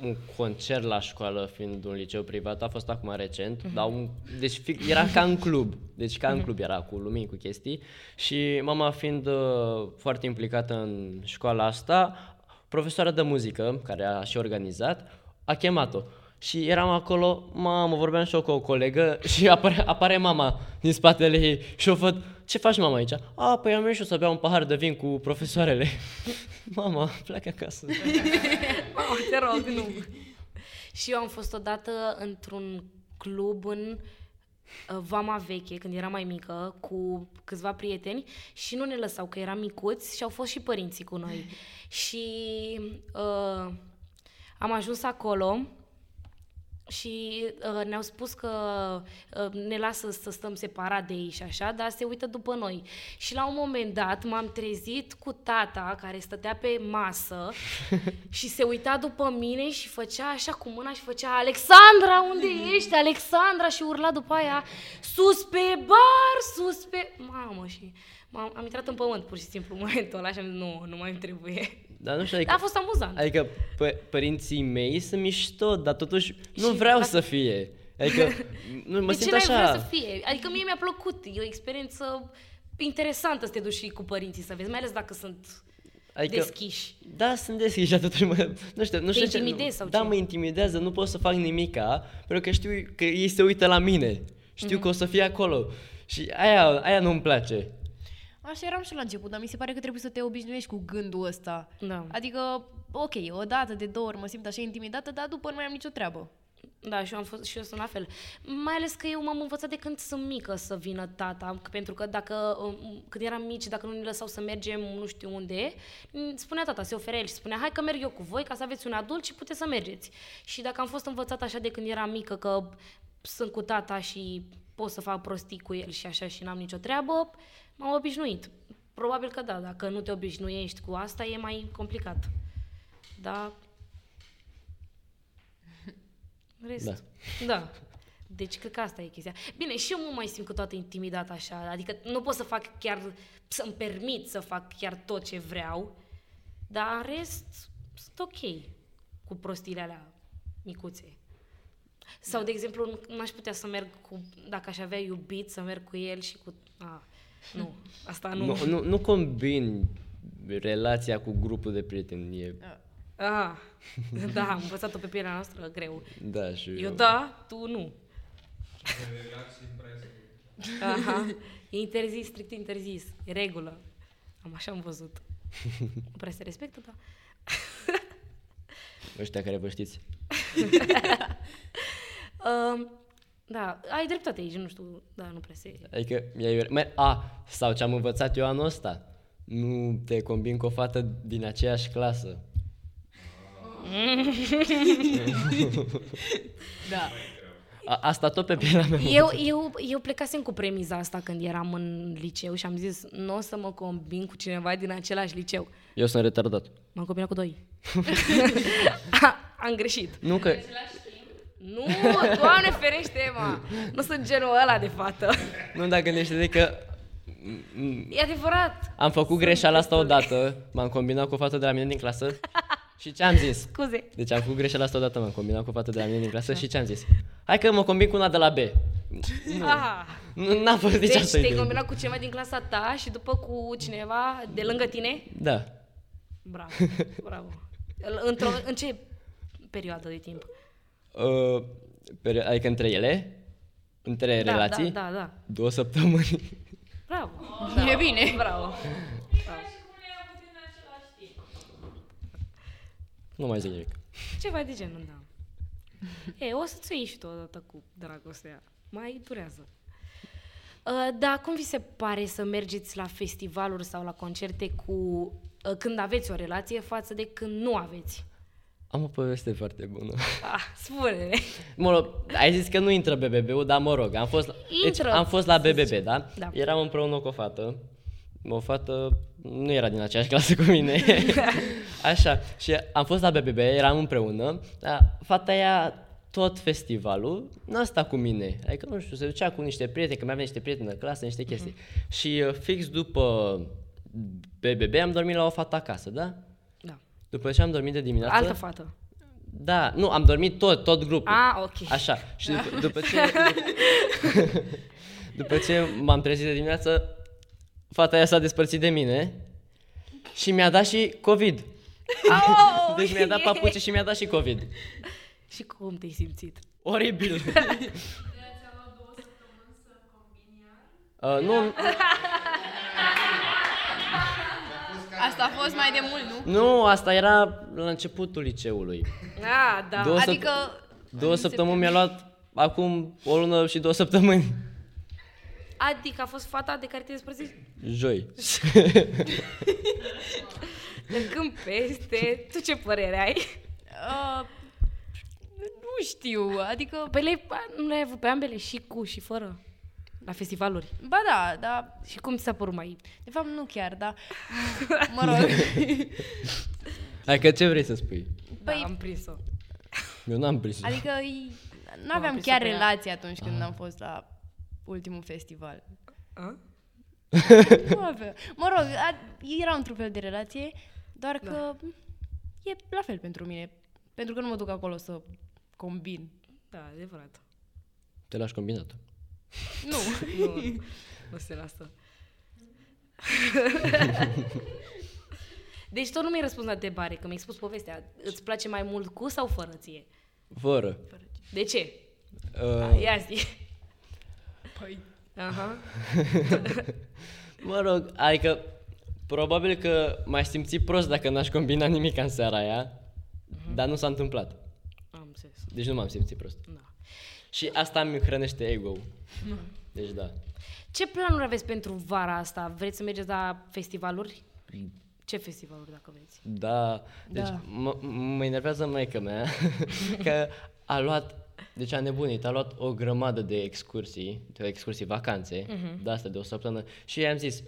[SPEAKER 3] un concert la școală, fiind un liceu privat, a fost acum recent,
[SPEAKER 1] Mhm.
[SPEAKER 3] mm-hmm. dar un, deci fi, era ca în club, deci ca în club era cu lumini, cu chestii și mama fiind uh, foarte implicată în școala asta, profesoara de muzică, care a și organizat, a chemat-o. Și eram acolo, mamă, vorbeam și eu cu o colegă și apare, apare mama din spatele ei și o văd, ce faci mama aici? A, păi am ieșit să beau un pahar de vin cu profesoarele. mama, pleacă acasă.
[SPEAKER 1] Mamă, Oh, te rog, nu. și eu am fost odată într-un club în uh, Vama Veche, când eram mai mică, cu câțiva prieteni și nu ne lăsau, că eram micuți și au fost și părinții cu noi. și uh, am ajuns acolo și uh, ne-au spus că uh, ne lasă să stăm separat de ei și așa, dar se uită după noi. Și la un moment dat m-am trezit cu tata care stătea pe masă și se uita după mine și făcea așa cu mâna și făcea Alexandra, unde ești? Alexandra! Și urla după aia sus pe bar, sus pe... Mamă, și m-am, am intrat în pământ pur și simplu în momentul ăla și am zis, nu, nu mai îmi trebuie.
[SPEAKER 3] Dar nu știu, adică,
[SPEAKER 1] Dar a fost amuzant.
[SPEAKER 3] adică p- părinții mei sunt mișto, dar totuși nu vreau să fie. Adică, nu, mă
[SPEAKER 1] de
[SPEAKER 3] simt
[SPEAKER 1] ce
[SPEAKER 3] așa.
[SPEAKER 1] n-ai vrea să fie? Adică mie mi-a plăcut, e o experiență interesantă să te duci și cu părinții să vezi, mai ales dacă sunt adică, deschiși.
[SPEAKER 3] Da, sunt deschis și atunci mă, nu știu, nu știu ce,
[SPEAKER 1] intimidezi sau
[SPEAKER 3] Da,
[SPEAKER 1] ce?
[SPEAKER 3] mă intimidează, nu pot să fac nimica, pentru că știu că ei se uită la mine.
[SPEAKER 1] Mhm.
[SPEAKER 3] Știu mm-hmm. că o să fie acolo. Și aia, aia nu-mi place.
[SPEAKER 5] Așa eram și la început, dar mi se pare că trebuie să te obișnuiești cu gândul ăsta.
[SPEAKER 1] Da.
[SPEAKER 5] Adică, ok, o dată, de două ori mă simt așa intimidată, dar după nu mai am nicio treabă.
[SPEAKER 1] Da, și eu, am fost, și eu sunt la fel. Mai ales că eu m-am învățat de când sunt mică să vină tata, că- pentru că dacă, um, când eram mici, dacă nu ne lăsau să mergem nu știu unde, m, spunea tata, se oferea el și spunea, hai că merg eu cu voi ca să aveți un adult și puteți să mergeți. Și dacă am fost învățat așa de când eram mică, că sunt cu tata și pot să fac prostii cu el și așa și n-am nicio treabă, m-am obișnuit. Probabil că da, dacă nu te obișnuiești cu asta, e mai complicat. Da. În Rest.
[SPEAKER 3] Da.
[SPEAKER 1] da. Deci cred că asta e chestia. Bine, și eu mă mai simt cu toată intimidat așa, adică nu pot să fac chiar, să-mi permit să fac chiar tot ce vreau, dar în rest sunt ok cu prostiile alea micuțe. Sau, de exemplu, nu- n-aș putea să merg cu, dacă aș avea iubit, să merg cu el și cu... A, nu, asta nu.
[SPEAKER 3] Nu, nu, nu combin relația cu grupul de prieteni. E,
[SPEAKER 1] A, da, am învățat-o pe pielea noastră greu.
[SPEAKER 3] da, și
[SPEAKER 1] Eu da, tu nu. Aha. E interzis, strict interzis. E regulă. Am așa am văzut. Nu prea se respectă, da.
[SPEAKER 3] Ăștia care vă știți.
[SPEAKER 1] Um, da, ai dreptate aici, nu știu, da, nu prea se...
[SPEAKER 3] Adică, mi-ai, mai, a, sau ce am învățat eu anul ăsta. Nu te combin cu o fată din aceeași clasă.
[SPEAKER 1] Da.
[SPEAKER 3] A, asta tot pe pielea mea.
[SPEAKER 1] Eu, eu, eu plecasem cu premiza asta când eram în liceu și am zis, nu o să mă combin cu cineva din același liceu.
[SPEAKER 3] Eu sunt retardat.
[SPEAKER 1] M-am combinat cu doi. A, am greșit.
[SPEAKER 3] Nu că...
[SPEAKER 1] Nu, doamne ferește, mă! Nu sunt genul ăla de fată.
[SPEAKER 3] Nu, dar gândește-te că m- m-
[SPEAKER 1] E adevărat.
[SPEAKER 3] am făcut greșeala asta odată, m-am combinat cu o fată de la mine din clasă și ce am zis?
[SPEAKER 1] Scuze.
[SPEAKER 3] Deci am făcut greșeala asta odată, m-am combinat cu o fată de la mine din clasă și ce am zis? Hai că mă combin cu una de la B.
[SPEAKER 1] Ah.
[SPEAKER 3] Nu, n-a fost nici
[SPEAKER 1] Deci
[SPEAKER 3] asta
[SPEAKER 1] te-ai
[SPEAKER 3] idee.
[SPEAKER 1] combinat cu cineva din clasa ta și după cu cineva de lângă tine?
[SPEAKER 3] Da.
[SPEAKER 1] Bravo, bravo. Într-o, în ce perioadă de timp?
[SPEAKER 3] Uh, perio- adică între ele, între
[SPEAKER 1] Da,
[SPEAKER 3] relații,
[SPEAKER 1] Da, da, da.
[SPEAKER 3] două săptămâni.
[SPEAKER 1] Bravo. bravo. E bine. Bravo.
[SPEAKER 3] Nu mai zic nimic.
[SPEAKER 1] Ceva de genul, da. E, o să-ți o iei și tu odată cu dragostea. Mai durează. Uh, Da, cum vi se pare să mergeți la festivaluri sau la concerte cu uh, când aveți o relație față de când nu aveți?
[SPEAKER 3] Am o poveste foarte bună.
[SPEAKER 1] Ah, spune-ne.
[SPEAKER 3] Mă rog, ai zis că nu intră BBB-ul, dar mă rog, am fost, deci,
[SPEAKER 1] Intră,
[SPEAKER 3] am fost la BBB, da?
[SPEAKER 1] Da.
[SPEAKER 3] Eram împreună cu o fată, o fată nu era din aceeași clasă cu mine. Așa, și am fost la BBB, eram împreună, dar fata ea tot festivalul n-a stat cu mine. Adică, nu știu, se ducea cu niște prieteni, că mi-avea niște prieteni în clasă, niște chestii.
[SPEAKER 1] Mhm.
[SPEAKER 3] Și uh, fix după BBB am dormit la o fată acasă, da?
[SPEAKER 1] Da.
[SPEAKER 3] După ce am dormit de dimineață...
[SPEAKER 1] Altă fată.
[SPEAKER 3] Da, nu, am dormit tot, tot grupul.
[SPEAKER 1] Ah, ok.
[SPEAKER 3] Așa. Și după, după ce... după ce m-am trezit de dimineață, fata aia s-a despărțit de mine și mi-a dat și COVID. deci mi-a dat papuce și mi-a dat și COVID.
[SPEAKER 1] Și cum te-ai simțit?
[SPEAKER 3] Oribil. Uh, nu,
[SPEAKER 5] Asta a fost mai de mult, nu?
[SPEAKER 3] nu, asta era la începutul liceului.
[SPEAKER 1] Ah, da.
[SPEAKER 3] Două,
[SPEAKER 5] Adică
[SPEAKER 3] săpt- două săptămâni mi-a luat acum o lună și două săptămâni.
[SPEAKER 1] Adică a fost fata de care te despărțiți
[SPEAKER 3] Joi.
[SPEAKER 1] de când peste. Tu ce părere ai?
[SPEAKER 5] uh, nu știu, adică...
[SPEAKER 1] Păi le, nu le-ai avut pe ambele, și cu și fără, la festivaluri.
[SPEAKER 5] Ba da, dar
[SPEAKER 1] Și cum ți s-a părut mai...
[SPEAKER 5] De fapt, nu chiar, dar... Mă rog.
[SPEAKER 3] Hai că ce vrei să spui?
[SPEAKER 1] Păi,
[SPEAKER 5] Păi-
[SPEAKER 1] da, am prins-o.
[SPEAKER 3] Eu n-am prins.
[SPEAKER 5] Adică îi- nu
[SPEAKER 1] am
[SPEAKER 5] aveam
[SPEAKER 1] prins-o
[SPEAKER 5] chiar
[SPEAKER 1] pe ea.
[SPEAKER 5] relație atunci când am fost la ultimul festival.
[SPEAKER 1] A?
[SPEAKER 5] Nu avea. Mă rog, a, era într-un fel de relație, doar că e la fel pentru mine. Pentru că nu mă duc acolo să combin.
[SPEAKER 1] Da, adevărat.
[SPEAKER 3] Te lași combinat.
[SPEAKER 5] Nu.
[SPEAKER 1] Nu, nu se lasă. Deci tot nu mi-ai răspuns la întrebare, că mi-ai spus povestea. Îți place mai mult cu sau fără ție?
[SPEAKER 3] Fără.
[SPEAKER 1] De ce?
[SPEAKER 3] Uh,
[SPEAKER 1] Ia zi. Păi. Aha.
[SPEAKER 3] mă rog, adică probabil că m-aș simți prost dacă n-aș combina nimic în seara aia, dar nu s-a întâmplat.
[SPEAKER 1] Am înțeles.
[SPEAKER 3] Deci nu m-am simțit prost.
[SPEAKER 1] Da.
[SPEAKER 3] Și asta îmi hrănește ego-ul. Deci da.
[SPEAKER 1] Ce planuri aveți pentru vara asta? Vreți să mergeți la festivaluri? Ce festivaluri, dacă vreți?
[SPEAKER 3] Da, deci mă- mă enervează maica mea că a luat, deci a nebunit, a luat o grămadă de excursii, de excursii vacanțe, de astea de o săptămână și i-am zis,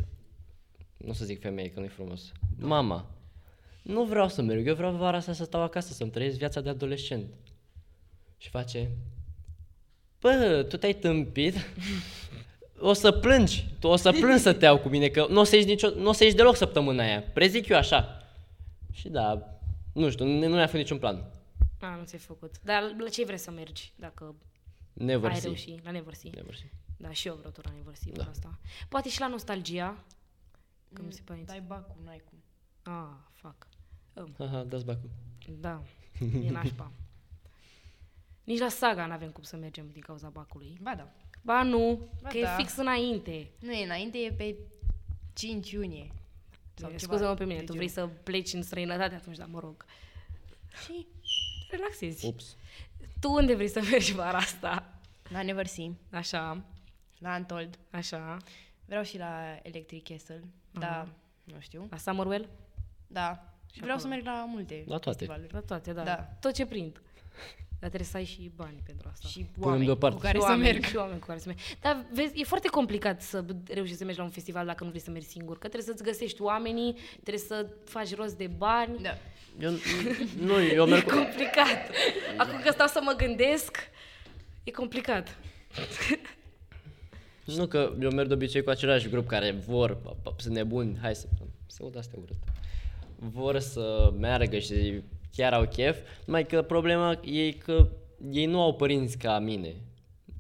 [SPEAKER 3] nu o să zic femeie că nu-i frumos, mama, nu vreau să merg, eu vreau vara asta să stau acasă, să-mi trăiesc viața de adolescent. Și face, bă, tu te-ai tâmpit? O să plângi, tu o să plângi să te iau cu mine, că nu o să ieși, nicio, nu o să ieși deloc săptămâna aia, prezic eu așa. Și da, nu știu, nu, nu mi-a fost niciun plan.
[SPEAKER 1] A, nu ți-ai făcut. Dar la ce vrei să mergi, dacă
[SPEAKER 3] Never
[SPEAKER 1] ai
[SPEAKER 3] see.
[SPEAKER 1] reușit? La Neversi.
[SPEAKER 3] Never see.
[SPEAKER 1] Da, și eu vreau tot la Neversi
[SPEAKER 3] Da.
[SPEAKER 1] da. asta. Poate și la Nostalgia, că mi se pare
[SPEAKER 5] Mm, Dai bacul, n-ai cum.
[SPEAKER 1] Ah, fuck. Um,
[SPEAKER 3] Aha, dați bacul.
[SPEAKER 1] da, e nașpa. Nici la Saga n-avem cum să mergem din cauza bacului.
[SPEAKER 5] Ba da.
[SPEAKER 1] Ba nu,
[SPEAKER 5] Ba
[SPEAKER 1] că e
[SPEAKER 5] da.
[SPEAKER 1] fix înainte.
[SPEAKER 5] Nu e înainte, e pe 5 iunie. Sau
[SPEAKER 1] Bine,
[SPEAKER 5] ceva Deci,
[SPEAKER 1] Scuză-mă pe mine,
[SPEAKER 5] de
[SPEAKER 1] tu
[SPEAKER 5] genul.
[SPEAKER 1] vrei să pleci în străinătate atunci, dar mă rog.
[SPEAKER 5] Și
[SPEAKER 1] Relaxezi.
[SPEAKER 3] Ups.
[SPEAKER 1] Tu unde vrei să mergi vara asta?
[SPEAKER 5] la Neversea,
[SPEAKER 1] Așa,
[SPEAKER 5] la Antold.
[SPEAKER 1] așa.
[SPEAKER 5] Vreau și la Electric Castle, dar nu știu.
[SPEAKER 1] La Summerwell?
[SPEAKER 5] Da. Și vreau să merg la multe
[SPEAKER 3] La toate.
[SPEAKER 5] festivaluri.
[SPEAKER 1] La toate, da.
[SPEAKER 5] Da.
[SPEAKER 1] Tot ce prind. Dar trebuie să ai și bani pentru
[SPEAKER 5] Exact.
[SPEAKER 1] asta.
[SPEAKER 2] Și
[SPEAKER 3] Punem
[SPEAKER 2] oameni
[SPEAKER 3] deoparte.
[SPEAKER 2] cu care
[SPEAKER 1] Și
[SPEAKER 2] să
[SPEAKER 1] oameni,
[SPEAKER 2] merg.
[SPEAKER 1] Și oameni cu care să merg. Dar vezi, e foarte complicat să reușești să mergi la un festival dacă nu vrei să mergi singur. Că trebuie să-ți găsești oamenii, trebuie să faci rost de bani.
[SPEAKER 5] Da.
[SPEAKER 3] Eu, nu, eu merg
[SPEAKER 1] E
[SPEAKER 3] cu...
[SPEAKER 1] complicat. Acum că stau să mă gândesc, e complicat.
[SPEAKER 3] Nu, că eu merg de obicei cu același grup care vor, pa, pa, sunt nebuni, hai să, să aud astea urât. Vor să meargă și chiar au chef, numai că problema e că ei nu au părinți ca mine.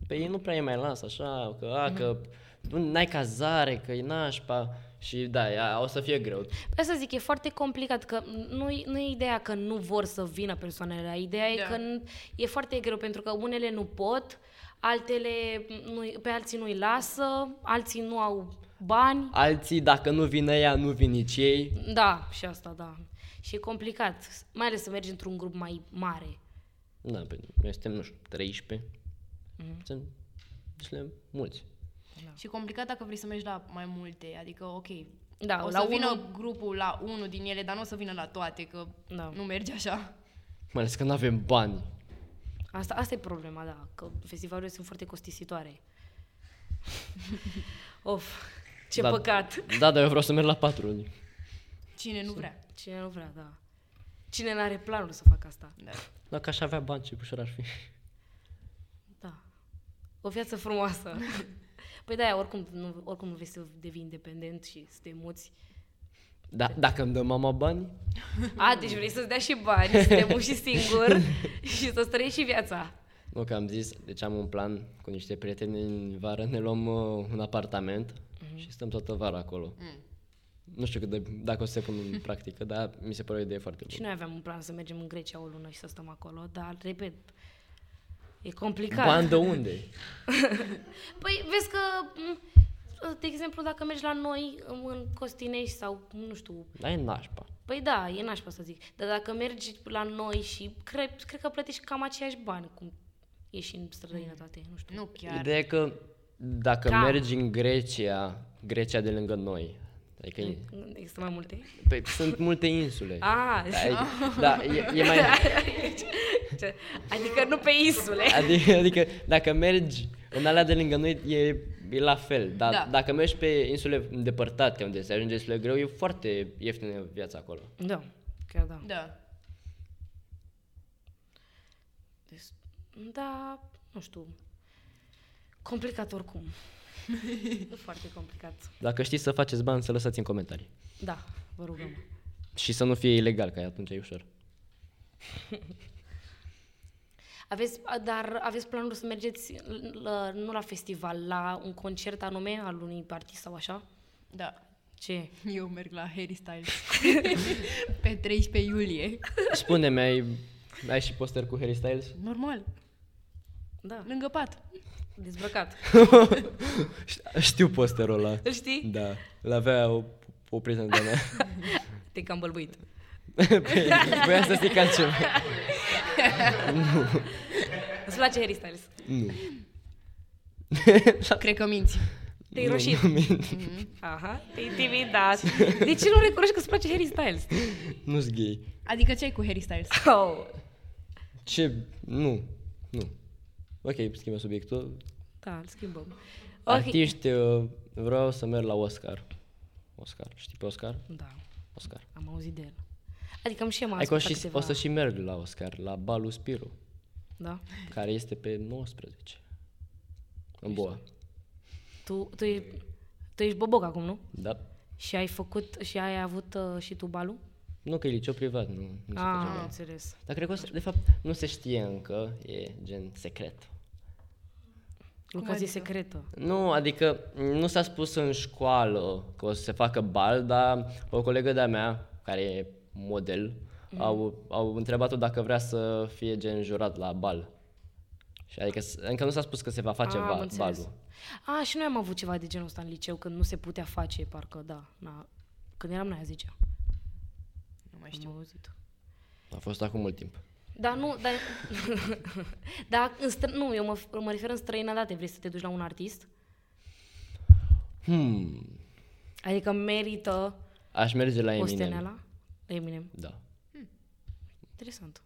[SPEAKER 3] Pe ei nu prea îi mai las așa, că, a, că
[SPEAKER 1] Mhm.
[SPEAKER 3] nu- n-ai cazare, că e nașpa și da, e- a- o să fie greu.
[SPEAKER 1] Pe asta zic, e foarte complicat, că nu nu e ideea că nu vor să vină persoanele, ideea e
[SPEAKER 5] Da.
[SPEAKER 1] că n- e foarte greu, pentru că unele nu pot, altele nu, pe alții nu-i lasă, alții nu au bani.
[SPEAKER 3] Alții, dacă nu vin ea, nu vin nici ei.
[SPEAKER 1] Da, și asta, da. Și e complicat, mai ales să mergi într-un grup mai mare.
[SPEAKER 3] Da, pe, noi suntem, nu știu, 13. Mm-hmm. Suntem, suntem mulți.
[SPEAKER 5] Și complicat dacă vrei să mergi la mai multe, adică ok,
[SPEAKER 1] Da,
[SPEAKER 5] o
[SPEAKER 1] la
[SPEAKER 5] să vină
[SPEAKER 1] unul-
[SPEAKER 5] grupul la unul din ele, dar nu o să vină la toate, că
[SPEAKER 1] Da.
[SPEAKER 5] nu merge așa.
[SPEAKER 3] Mai ales că nu avem bani.
[SPEAKER 1] Asta, asta e problema, da, că festivalurile sunt foarte costisitoare. of, ce
[SPEAKER 3] Da.
[SPEAKER 1] păcat.
[SPEAKER 3] Da, dar eu vreau să merg la patru.
[SPEAKER 5] Cine nu vrea.
[SPEAKER 1] Cine nu vrea, da. Cine n-are planul să facă asta.
[SPEAKER 3] Dacă aș avea bani, ce ușor ar fi.
[SPEAKER 1] Da. O viață frumoasă. păi da, oricum nu, oricum nu vei să devii independent și să te muți.
[SPEAKER 3] Da, dacă îmi dă mama bani,
[SPEAKER 1] A, deci vrei să-ți dea și bani, să te muți și singur și să-ți trăiești și viața.
[SPEAKER 3] nu că am zis, deci am un plan cu niște prieteni în vară, ne luăm uh, un apartament și stăm toată vara acolo.
[SPEAKER 5] Mm,
[SPEAKER 3] Nu știu cât de, dacă o să se pun în practică, dar mi se pare o idee foarte
[SPEAKER 1] Și
[SPEAKER 3] bună.
[SPEAKER 1] noi aveam un plan să mergem în Grecia o lună și să stăm acolo, dar, repet, e complicat.
[SPEAKER 3] Bani de unde?
[SPEAKER 1] Păi vezi că, m, de exemplu, dacă mergi la noi în Costinești sau, nu știu,
[SPEAKER 3] Da, e nașpa.
[SPEAKER 1] păi da, e nașpa să zic, dar dacă mergi la noi și cred, cred că plătești cam aceiași bani cum ești în străinătate, nu știu.
[SPEAKER 5] Nu chiar.
[SPEAKER 3] Ideea e că dacă
[SPEAKER 1] Cam.
[SPEAKER 3] mergi în Grecia, Grecia de lângă noi, adică e,
[SPEAKER 1] Mm, Există mai multe? Ah,
[SPEAKER 3] pe, sunt multe insule.
[SPEAKER 1] A,
[SPEAKER 3] Da, e, da, e, e mai...
[SPEAKER 1] ce- adică nu pe insule.
[SPEAKER 3] Adică, adică dacă mergi în alea de lângă noi e, e la fel, dar da.
[SPEAKER 5] Da.
[SPEAKER 3] dacă mergi pe insule îndepărtate unde se ajunge destul de greu, e foarte ieftină viața acolo.
[SPEAKER 1] Da, chiar da.
[SPEAKER 5] Da.
[SPEAKER 1] Deci, da, nu știu. Complicat oricum. Foarte complicat.
[SPEAKER 3] Dacă știți să faceți bani, să lăsați în comentarii.
[SPEAKER 1] Da, vă rugăm.
[SPEAKER 3] Și să nu fie ilegal, că atunci e ușor.
[SPEAKER 1] Aveți, dar aveți planul să mergeți la, nu la festival, la un concert anume al unui artist sau așa?
[SPEAKER 5] Da.
[SPEAKER 1] Ce?
[SPEAKER 5] Eu merg la Harry Styles pe 13 iulie.
[SPEAKER 3] Spune-mi, ai, ai și poster cu Harry Styles?
[SPEAKER 5] Normal,
[SPEAKER 1] Da,
[SPEAKER 5] lângă pat.
[SPEAKER 1] dezbrăcat.
[SPEAKER 3] Știu posterul ăla.
[SPEAKER 1] Îl știi?
[SPEAKER 3] Da, l-avea o, o prietenă de mea.
[SPEAKER 1] Te-ai cam bălbuit.
[SPEAKER 3] Voiam să zic altceva.
[SPEAKER 1] Îți place Harry Styles.
[SPEAKER 3] Nu.
[SPEAKER 1] Da.
[SPEAKER 5] Cred că minți.
[SPEAKER 1] Te-ai roșit. Aha, te-ai intimidat. De ce nu recunoști că îți place Harry Styles?
[SPEAKER 3] Nu-s gay.
[SPEAKER 5] Adică ce ai cu Harry Styles?
[SPEAKER 1] Oh.
[SPEAKER 3] Ce? Nu. Nu. Ok, schimbă subiectul.
[SPEAKER 1] Da, îl schimbăm.
[SPEAKER 3] Okay.
[SPEAKER 1] Ok.
[SPEAKER 3] Artiști, uh, vreau să merg la Oscar. Oscar, știi pe Oscar?
[SPEAKER 1] Da,
[SPEAKER 3] Oscar.
[SPEAKER 1] am auzit de el. Adică am și eu m-am
[SPEAKER 3] Hai că o,
[SPEAKER 1] ascultat
[SPEAKER 3] și,
[SPEAKER 1] câteva-
[SPEAKER 3] o să și merg la Oscar, la balul Spiro,
[SPEAKER 1] Da?
[SPEAKER 3] care este pe 19. În boa.
[SPEAKER 1] Tu, tu, e- tu ești boboc acum, nu?
[SPEAKER 3] Da.
[SPEAKER 1] Și ai făcut, și ai avut uh, și tu balul?
[SPEAKER 3] Nu că e liceu privat, nu, nu se face
[SPEAKER 1] Ah, am
[SPEAKER 3] bani.
[SPEAKER 1] înțeles.
[SPEAKER 3] Dar cred că, o să, de fapt, nu se știe încă, e gen secret.
[SPEAKER 1] Locație secretă.
[SPEAKER 3] Nu, adică nu s-a spus în școală că o să se facă bal, dar o colegă de-a mea, care e model,
[SPEAKER 1] Mhm.
[SPEAKER 3] mm. au, au întrebat-o dacă vrea să fie gen jurat la bal. Și adică s- încă nu s-a spus că se va face
[SPEAKER 1] Ah, am
[SPEAKER 3] va,
[SPEAKER 1] înțeles.
[SPEAKER 3] balul.
[SPEAKER 1] A, Ah, și noi am avut ceva de genul ăsta în liceu, când nu se putea face, parcă, da. Na. Când eram noi a 10
[SPEAKER 5] Nu mai
[SPEAKER 1] am
[SPEAKER 5] știu.
[SPEAKER 1] auzit.
[SPEAKER 3] A fost acum mult timp.
[SPEAKER 1] Dar nu, dar, dar în stră, nu, eu mă, mă refer în străinătate, vrei să te duci la un artist?
[SPEAKER 3] Hmm,
[SPEAKER 1] Adică merită
[SPEAKER 3] aș merge la
[SPEAKER 1] o
[SPEAKER 3] Eminem.
[SPEAKER 1] steneala? La Eminem.
[SPEAKER 3] Da.
[SPEAKER 1] Interesant.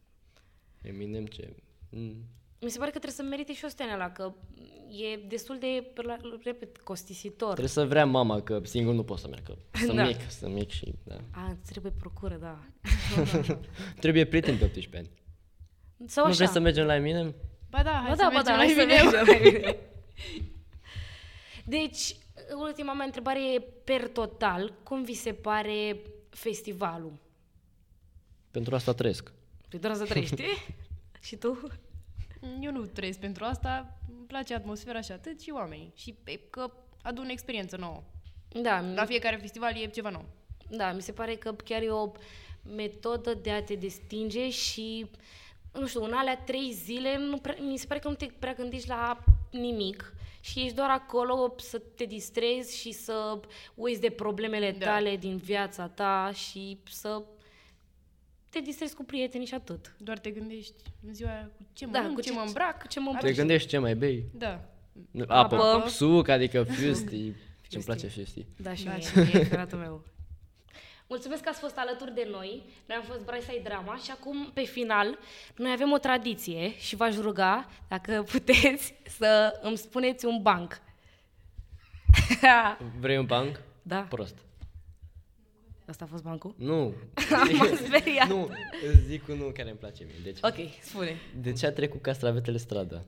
[SPEAKER 3] Eminem ce... Mm.
[SPEAKER 1] Mi se pare că trebuie să merite și 100 ani ăla, că e destul de, la- repet, costisitor.
[SPEAKER 3] Trebuie să vrea mama că singur nu pot să meargă. Sunt
[SPEAKER 1] Da.
[SPEAKER 3] mic, sunt mic și da.
[SPEAKER 1] A, îți trebuie procură, da.
[SPEAKER 3] Trebuie prieten de 18 ani.
[SPEAKER 1] Sau
[SPEAKER 3] Nu
[SPEAKER 1] așa.
[SPEAKER 3] vrei să mergem la mine?
[SPEAKER 5] Ba da, hai să
[SPEAKER 1] Ba da, ba da,
[SPEAKER 5] mergem la
[SPEAKER 1] hai să
[SPEAKER 5] Emineu.
[SPEAKER 1] mergem la Emineu. Deci, ultima mea întrebare e, per total, cum vi se pare festivalul?
[SPEAKER 3] Pentru asta trăiesc.
[SPEAKER 1] Păi doar să trăiești. și tu?
[SPEAKER 5] Eu nu trăiesc pentru asta, îmi place atmosfera și atât și oamenii. Și e, că adun experiență nouă.
[SPEAKER 1] Da, mi-
[SPEAKER 5] La fiecare festival e ceva nou.
[SPEAKER 1] da, mi se pare că chiar e o metodă de a te distinge și, nu știu, în alea trei zile nu prea, mi se pare că nu te prea gândești la nimic și ești doar acolo să te distrezi și să uiți de problemele
[SPEAKER 5] Da.
[SPEAKER 1] tale din viața ta și să te distrezi cu prietenii și atât.
[SPEAKER 5] Doar te gândești în ziua aia cu ce
[SPEAKER 1] Da,
[SPEAKER 5] mănânc,
[SPEAKER 1] cu
[SPEAKER 5] cu ce,
[SPEAKER 1] ce-
[SPEAKER 5] mă îmbrac,
[SPEAKER 1] cu ce mă
[SPEAKER 5] așa.
[SPEAKER 3] Te gândești ce mai bei?
[SPEAKER 5] Da.
[SPEAKER 3] Nu, Apă,
[SPEAKER 1] Apă.
[SPEAKER 3] Apă. suc, adică fiusti. Ce-mi place fiusti.
[SPEAKER 1] Da, și
[SPEAKER 5] Da,
[SPEAKER 1] mie,
[SPEAKER 5] și
[SPEAKER 1] e preferatul meu. Mulțumesc că ați fost alături de noi. Noi am fost Brightside Drama și acum, pe final, noi avem o tradiție și v-aș ruga, dacă puteți, să îmi spuneți un banc.
[SPEAKER 3] Vrei un banc?
[SPEAKER 1] da,
[SPEAKER 3] Prost.
[SPEAKER 1] asta a fost bancul?
[SPEAKER 3] Nu.
[SPEAKER 1] M-am speriat.
[SPEAKER 3] nu, îți zic unul care îmi place mie. Deci,
[SPEAKER 1] Ok, spune.
[SPEAKER 3] de ce a trecut castravetele strada?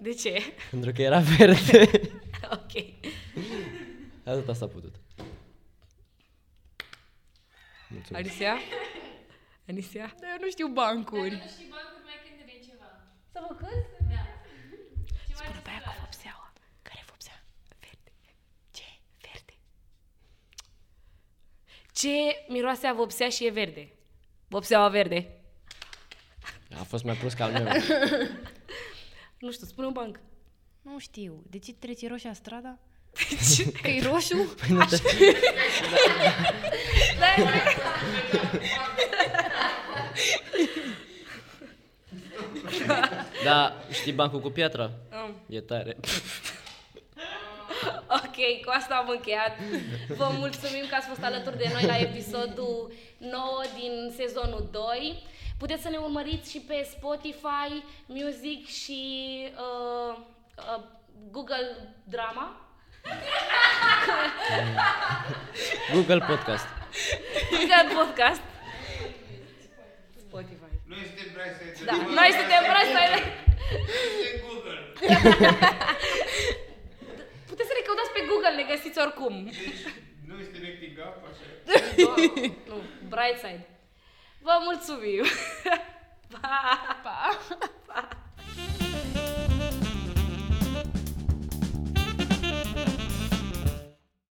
[SPEAKER 1] De ce?
[SPEAKER 3] Pentru că era verde.
[SPEAKER 1] ok.
[SPEAKER 3] Atât s-a putut. Mulțumesc.
[SPEAKER 1] Anisia? Anisia?
[SPEAKER 5] Dar eu nu știu bancuri.
[SPEAKER 4] Nu știi bancuri, mai cântă ceva.
[SPEAKER 1] Să mă cânt?
[SPEAKER 4] Da. Ce
[SPEAKER 1] Spune
[SPEAKER 4] mai ai
[SPEAKER 1] pe aia
[SPEAKER 4] să
[SPEAKER 1] cu vopseaua. Care vopsea? Verde. Ce? Verde. Ce miroase a vopsea și e verde? Vopseaua verde.
[SPEAKER 3] A fost mai prost ca al meu.
[SPEAKER 1] Nu știu, spune un banc.
[SPEAKER 5] Nu știu. De ce trece roșia strada? Că e roșu?
[SPEAKER 3] Da, știi bancul cu piatra? E tare.
[SPEAKER 1] Ok, cu asta am încheiat. Vă mulțumim că ați fost alături de noi la episodul 9 din sezonul 2. Puteți să ne urmăriți și pe Spotify, Music și uh, uh, Google Drama.
[SPEAKER 3] Google Podcast.
[SPEAKER 1] Google Podcast. Spotify.
[SPEAKER 6] Noi suntem Brightside
[SPEAKER 1] Da, noi suntem prosti.
[SPEAKER 6] Suntem Google.
[SPEAKER 1] Puteți să ne căutați pe Google, ne găsiți oricum.
[SPEAKER 6] Deci, noi suntem acting up, așa.
[SPEAKER 1] nu, Brightside. Vă mulțumim. Pa! Pa! pa.